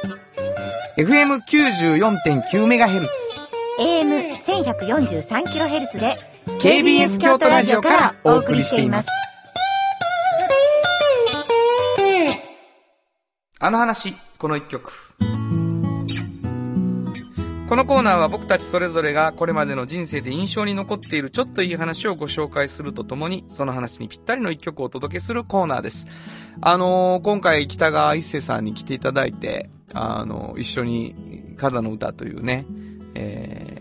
[SPEAKER 2] FM94.9 メガヘルツ。
[SPEAKER 5] AM1143kHz で
[SPEAKER 2] KBS 京都ラジオからお送りしています。あの話、この一曲。このコーナーは僕たちそれぞれがこれまでの人生で印象に残っているちょっといい話をご紹介するとともに、その話にぴったりの一曲をお届けするコーナーです。あのー今回北川一世さんに来ていただいて、あのー一緒に、カダの歌というね、えー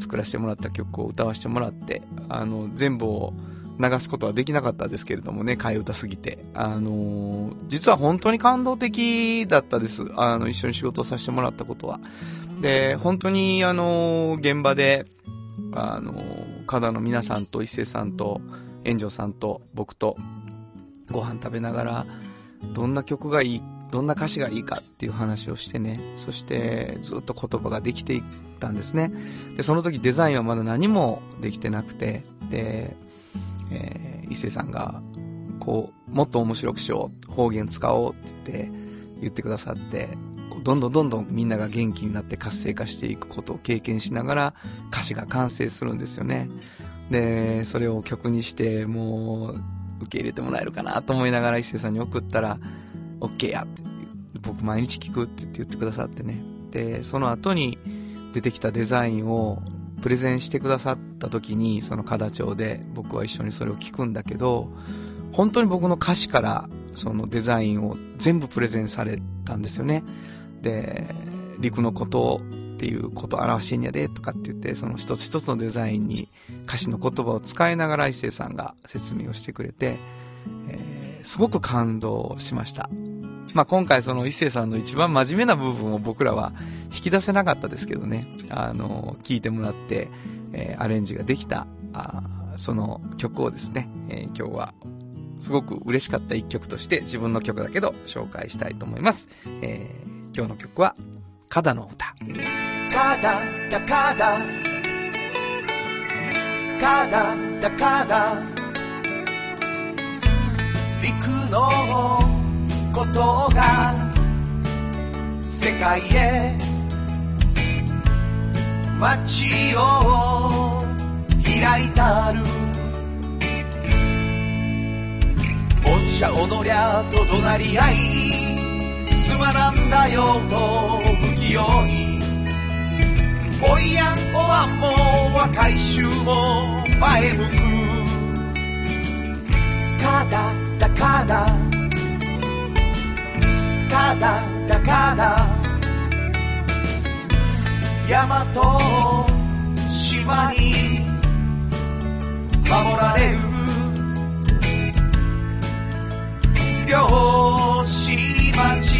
[SPEAKER 2] 作らせてもらった曲を歌わせてもらって、あの、全部を流すことはできなかったですけれどもね、替え歌すぎて。あのー実は本当に感動的だったです。あの、一緒に仕事をさせてもらったことは。で、本当に、あのー現場で、あのー、カダの皆さんと一斉さんと、炎上さんと、僕と、ご飯食べながら、どんな曲がいい、どんな歌詞がいいかっていう話をしてね、そして、ずっと言葉ができていったんですね。で、その時デザインはまだ何もできてなくて、で、えー伊勢さんが、こう、もっと面白くしよう、方言使おうって言って、言ってくださって、こうどんどんどんどんみんなが元気になって活性化していくことを経験しながら歌詞が完成するんですよね。で、それを曲にして、もう、受け入れてもらえるかなと思いながら伊勢さんに送ったら、OK やって、僕毎日聞くって言って言ってくださってね。で、その後に出てきたデザインをプレゼンしてくださった時に、その形町で僕は一緒にそれを聞くんだけど、本当に僕の歌詞からそのデザインを全部プレゼンされたんですよね。で、陸のことをっていうことを表してんやでとかって言って、その一つ一つのデザインに歌詞の言葉を使いながら伊勢さんが説明をしてくれて、えーすごく感動しました。まあ、今回その伊勢さんの一番真面目な部分を僕らは引き出せなかったですけどね、あの、聞いてもらって、えーアレンジができた、あーその曲をですね、えー今日はすごく嬉しかった一曲として自分の曲だけど紹介したいと思います。えー今日の曲は、カダの歌。
[SPEAKER 4] カダダカダカダダカダ陸のことが世界へ街を開いたるお茶を飲りゃと怒鳴り合いすまなんだよと不器用においやんおわんも若い衆も前向くただだかだただだかだ山と島に守られる漁師町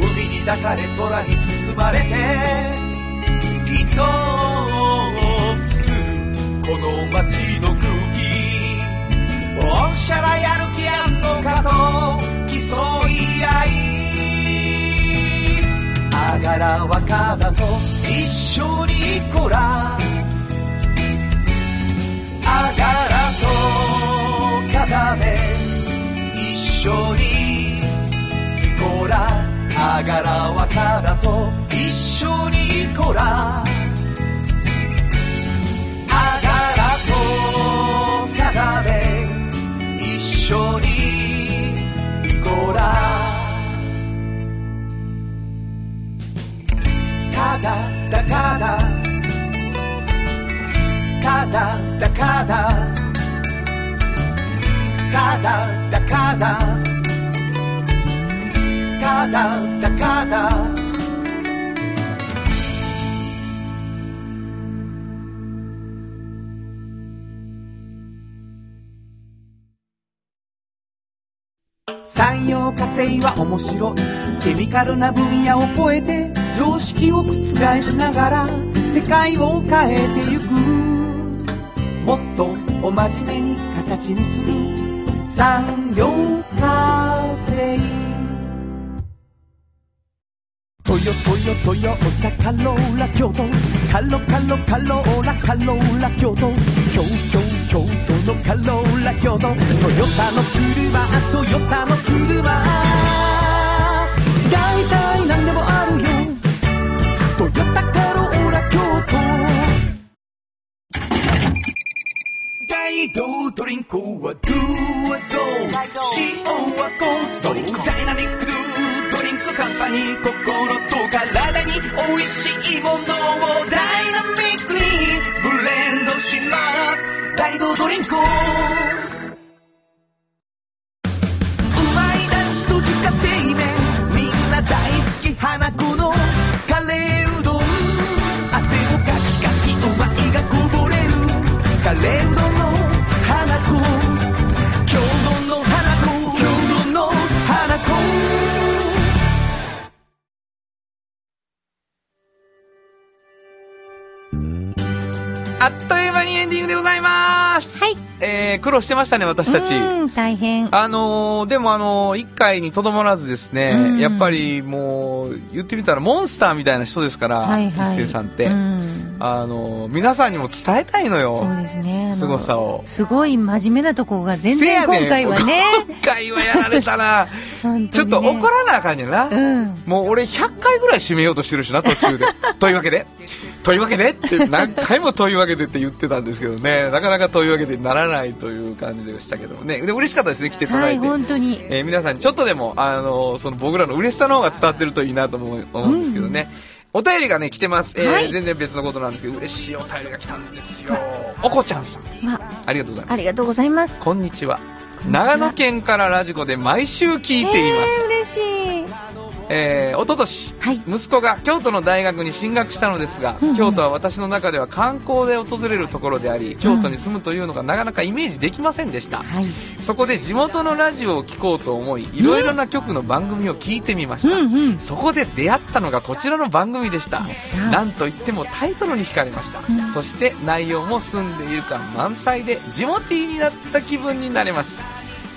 [SPEAKER 4] 海に抱かれ空に包まれて人を作るこの街の空気おんしゃらやる気あんのかと競い合いあがら若だと一緒にこらあがらと肩で一緒にイコラあがらはただと一緒にイコラあがらと肩で一緒にイコラただだからただだからただだからただだから産業化成は面白いケミカルな分野を超えて常識を覆しながら世界を変えてゆくもっとお真面目に形にする産業化成トヨトヨトヨタカローラ京都カロカロカローラカローラ京都京京京都のカローラ京都トヨタの車トヨタの車大体何でもあるよトヨタカローラ京都大道ドリンクはドゥはドゥ塩はコンソールダイナミックドゥドリンク乾杯葉に心と体に美味しいものをダイナミックにブレンドします大道ドリンクをうまいだしと自家製麺みんな大好き花子のカレーうどん汗をかきかきうまいがこぼれるカレーうどんの花子郷土の花子郷土の花子
[SPEAKER 2] あっという間にエンディングでございます。
[SPEAKER 3] はい。
[SPEAKER 2] えー、苦労してましたね、私たち。
[SPEAKER 3] うん、大変。
[SPEAKER 2] あのーでもあのー一回にとどまらずですね、
[SPEAKER 3] うん
[SPEAKER 2] やっぱりもう、言ってみたらモンスターみたいな人ですから、
[SPEAKER 3] はいはい
[SPEAKER 2] 一星さんって。
[SPEAKER 3] うん
[SPEAKER 2] あのー皆さんにも伝えたいのよ
[SPEAKER 3] そ。うですね。あの
[SPEAKER 2] 凄さを
[SPEAKER 3] すごい真面目なとこが全
[SPEAKER 2] せ
[SPEAKER 3] 然
[SPEAKER 2] やねん
[SPEAKER 3] 今回はね。
[SPEAKER 2] 今回はやられた な。
[SPEAKER 3] 本当にね
[SPEAKER 2] ちょっと怒らなあかんねんな。
[SPEAKER 3] うん。
[SPEAKER 2] もう俺100回ぐらい締めようとしてるしな、途中で。 というわけで。というわけでって何回もというわけでって言ってたんですけどね、なかなかというわけでにならないという感じでしたけどもね。で、嬉しかったですね、来ていただ
[SPEAKER 3] はいい、
[SPEAKER 2] て。
[SPEAKER 3] 本当に。
[SPEAKER 2] えー皆さんにちょっとでも、あのーその僕らの嬉しさの方が伝わってるといいなと思う思うんですけどね。お便りがね、来てます。えー
[SPEAKER 3] はい
[SPEAKER 2] 全然別のことなんですけど、嬉しいお便りが来たんですよ。おこちゃんさん。
[SPEAKER 3] ま
[SPEAKER 2] ありがとうござい
[SPEAKER 3] あ
[SPEAKER 2] ま
[SPEAKER 3] り
[SPEAKER 2] す。
[SPEAKER 3] がとうございます。
[SPEAKER 2] こんにちは。長野県からラジコで毎週聞いています。
[SPEAKER 3] えー、嬉しい。
[SPEAKER 2] えー、おととし、
[SPEAKER 3] はい
[SPEAKER 2] 息子が京都の大学に進学したのですが、京都は私の中では観光で訪れるところであり京都に住むというのがなかなかイメージできませんでした、
[SPEAKER 3] はい。
[SPEAKER 2] そこで地元のラジオを聴こうと思いいろいろな局の番組を聞いてみました、
[SPEAKER 3] うんうん。
[SPEAKER 2] そこで出会ったのがこちらの番組でした
[SPEAKER 3] た
[SPEAKER 2] なんといってもタイトルに惹かれました、そして内容も澄んでいる感満載でジモティーになった気分になれます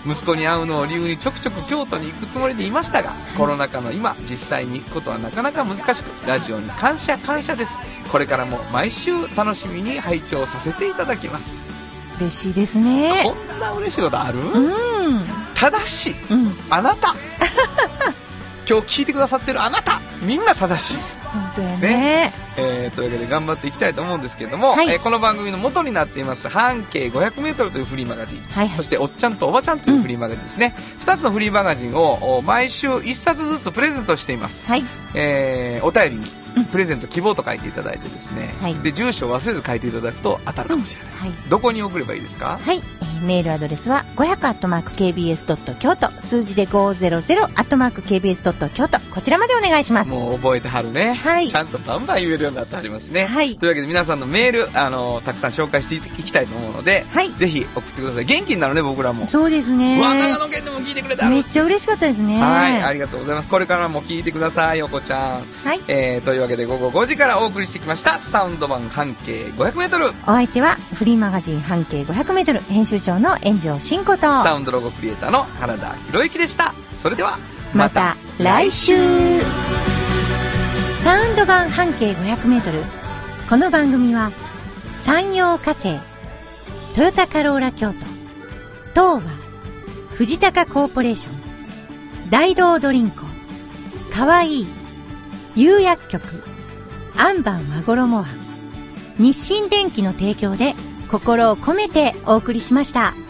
[SPEAKER 2] 息子に会うのを理由にちょくちょく京都に行くつもりでいましたがコロナ禍の今実際に行くことはなかなか難しくラジオに感謝感謝ですこれからも毎週楽しみに拝聴させていただきます
[SPEAKER 3] 嬉しいですね
[SPEAKER 2] こ。んな嬉しいことある、
[SPEAKER 3] うん。
[SPEAKER 2] ただし
[SPEAKER 3] うん。
[SPEAKER 2] あなた 今日聞いてくださってるあなたみんな正しい
[SPEAKER 3] 本当やね
[SPEAKER 2] ね。えーというわけで頑張っていきたいと思うんですけれども、
[SPEAKER 3] はい
[SPEAKER 2] えーこの番組の元になっています半径 500m というフリーマガジン、
[SPEAKER 3] はいはい
[SPEAKER 2] そしておっちゃんとおばちゃんというフリーマガジンですね、2つのフリーマガジンをお毎週1冊ずつプレゼントしています、
[SPEAKER 3] はい。
[SPEAKER 2] えーお便りにプレゼント希望と書いていただいてですね、
[SPEAKER 3] はい
[SPEAKER 2] で住所を忘れず書いていただくと当たるかもしれない、
[SPEAKER 3] はい。
[SPEAKER 2] どこに送ればいいですか
[SPEAKER 3] はい、えーメールアドレスは 500-kbs.kyoto 数字で 500-kbs.kyoto こちらまでお願いします
[SPEAKER 2] もう覚えてはるね、
[SPEAKER 3] はい
[SPEAKER 2] ちゃんとバンバン言えるようになってはりますね、
[SPEAKER 3] はい
[SPEAKER 2] というわけで皆さんのメール、あのたくさん紹介していきたいと思うので、
[SPEAKER 3] はい
[SPEAKER 2] ぜひ送ってください元気になるね僕らも
[SPEAKER 3] そうですね
[SPEAKER 2] うわ長野県でも聞いてくれた
[SPEAKER 3] めっちゃ嬉しかったですね
[SPEAKER 2] はい、ありがとうございます。これからも聞いてください、横ちゃん。
[SPEAKER 3] はい
[SPEAKER 2] えー、というわけで午後5時からお送りしてきました、サウンド版半径500メートル。
[SPEAKER 3] お相手はフリーマガジン半径 500m 編集長の炎上真子と
[SPEAKER 2] サウンドロゴクリエイターの原田博之でした。それでは、
[SPEAKER 3] また来週サウンド版半径 500m この番組は山陽火星トヨタカローラ京都東和藤高コーポレーション大道ドリンクかわいい釉薬局アンバン和衣は日清電機の提供で心を込めてお送りしました。
[SPEAKER 10] 「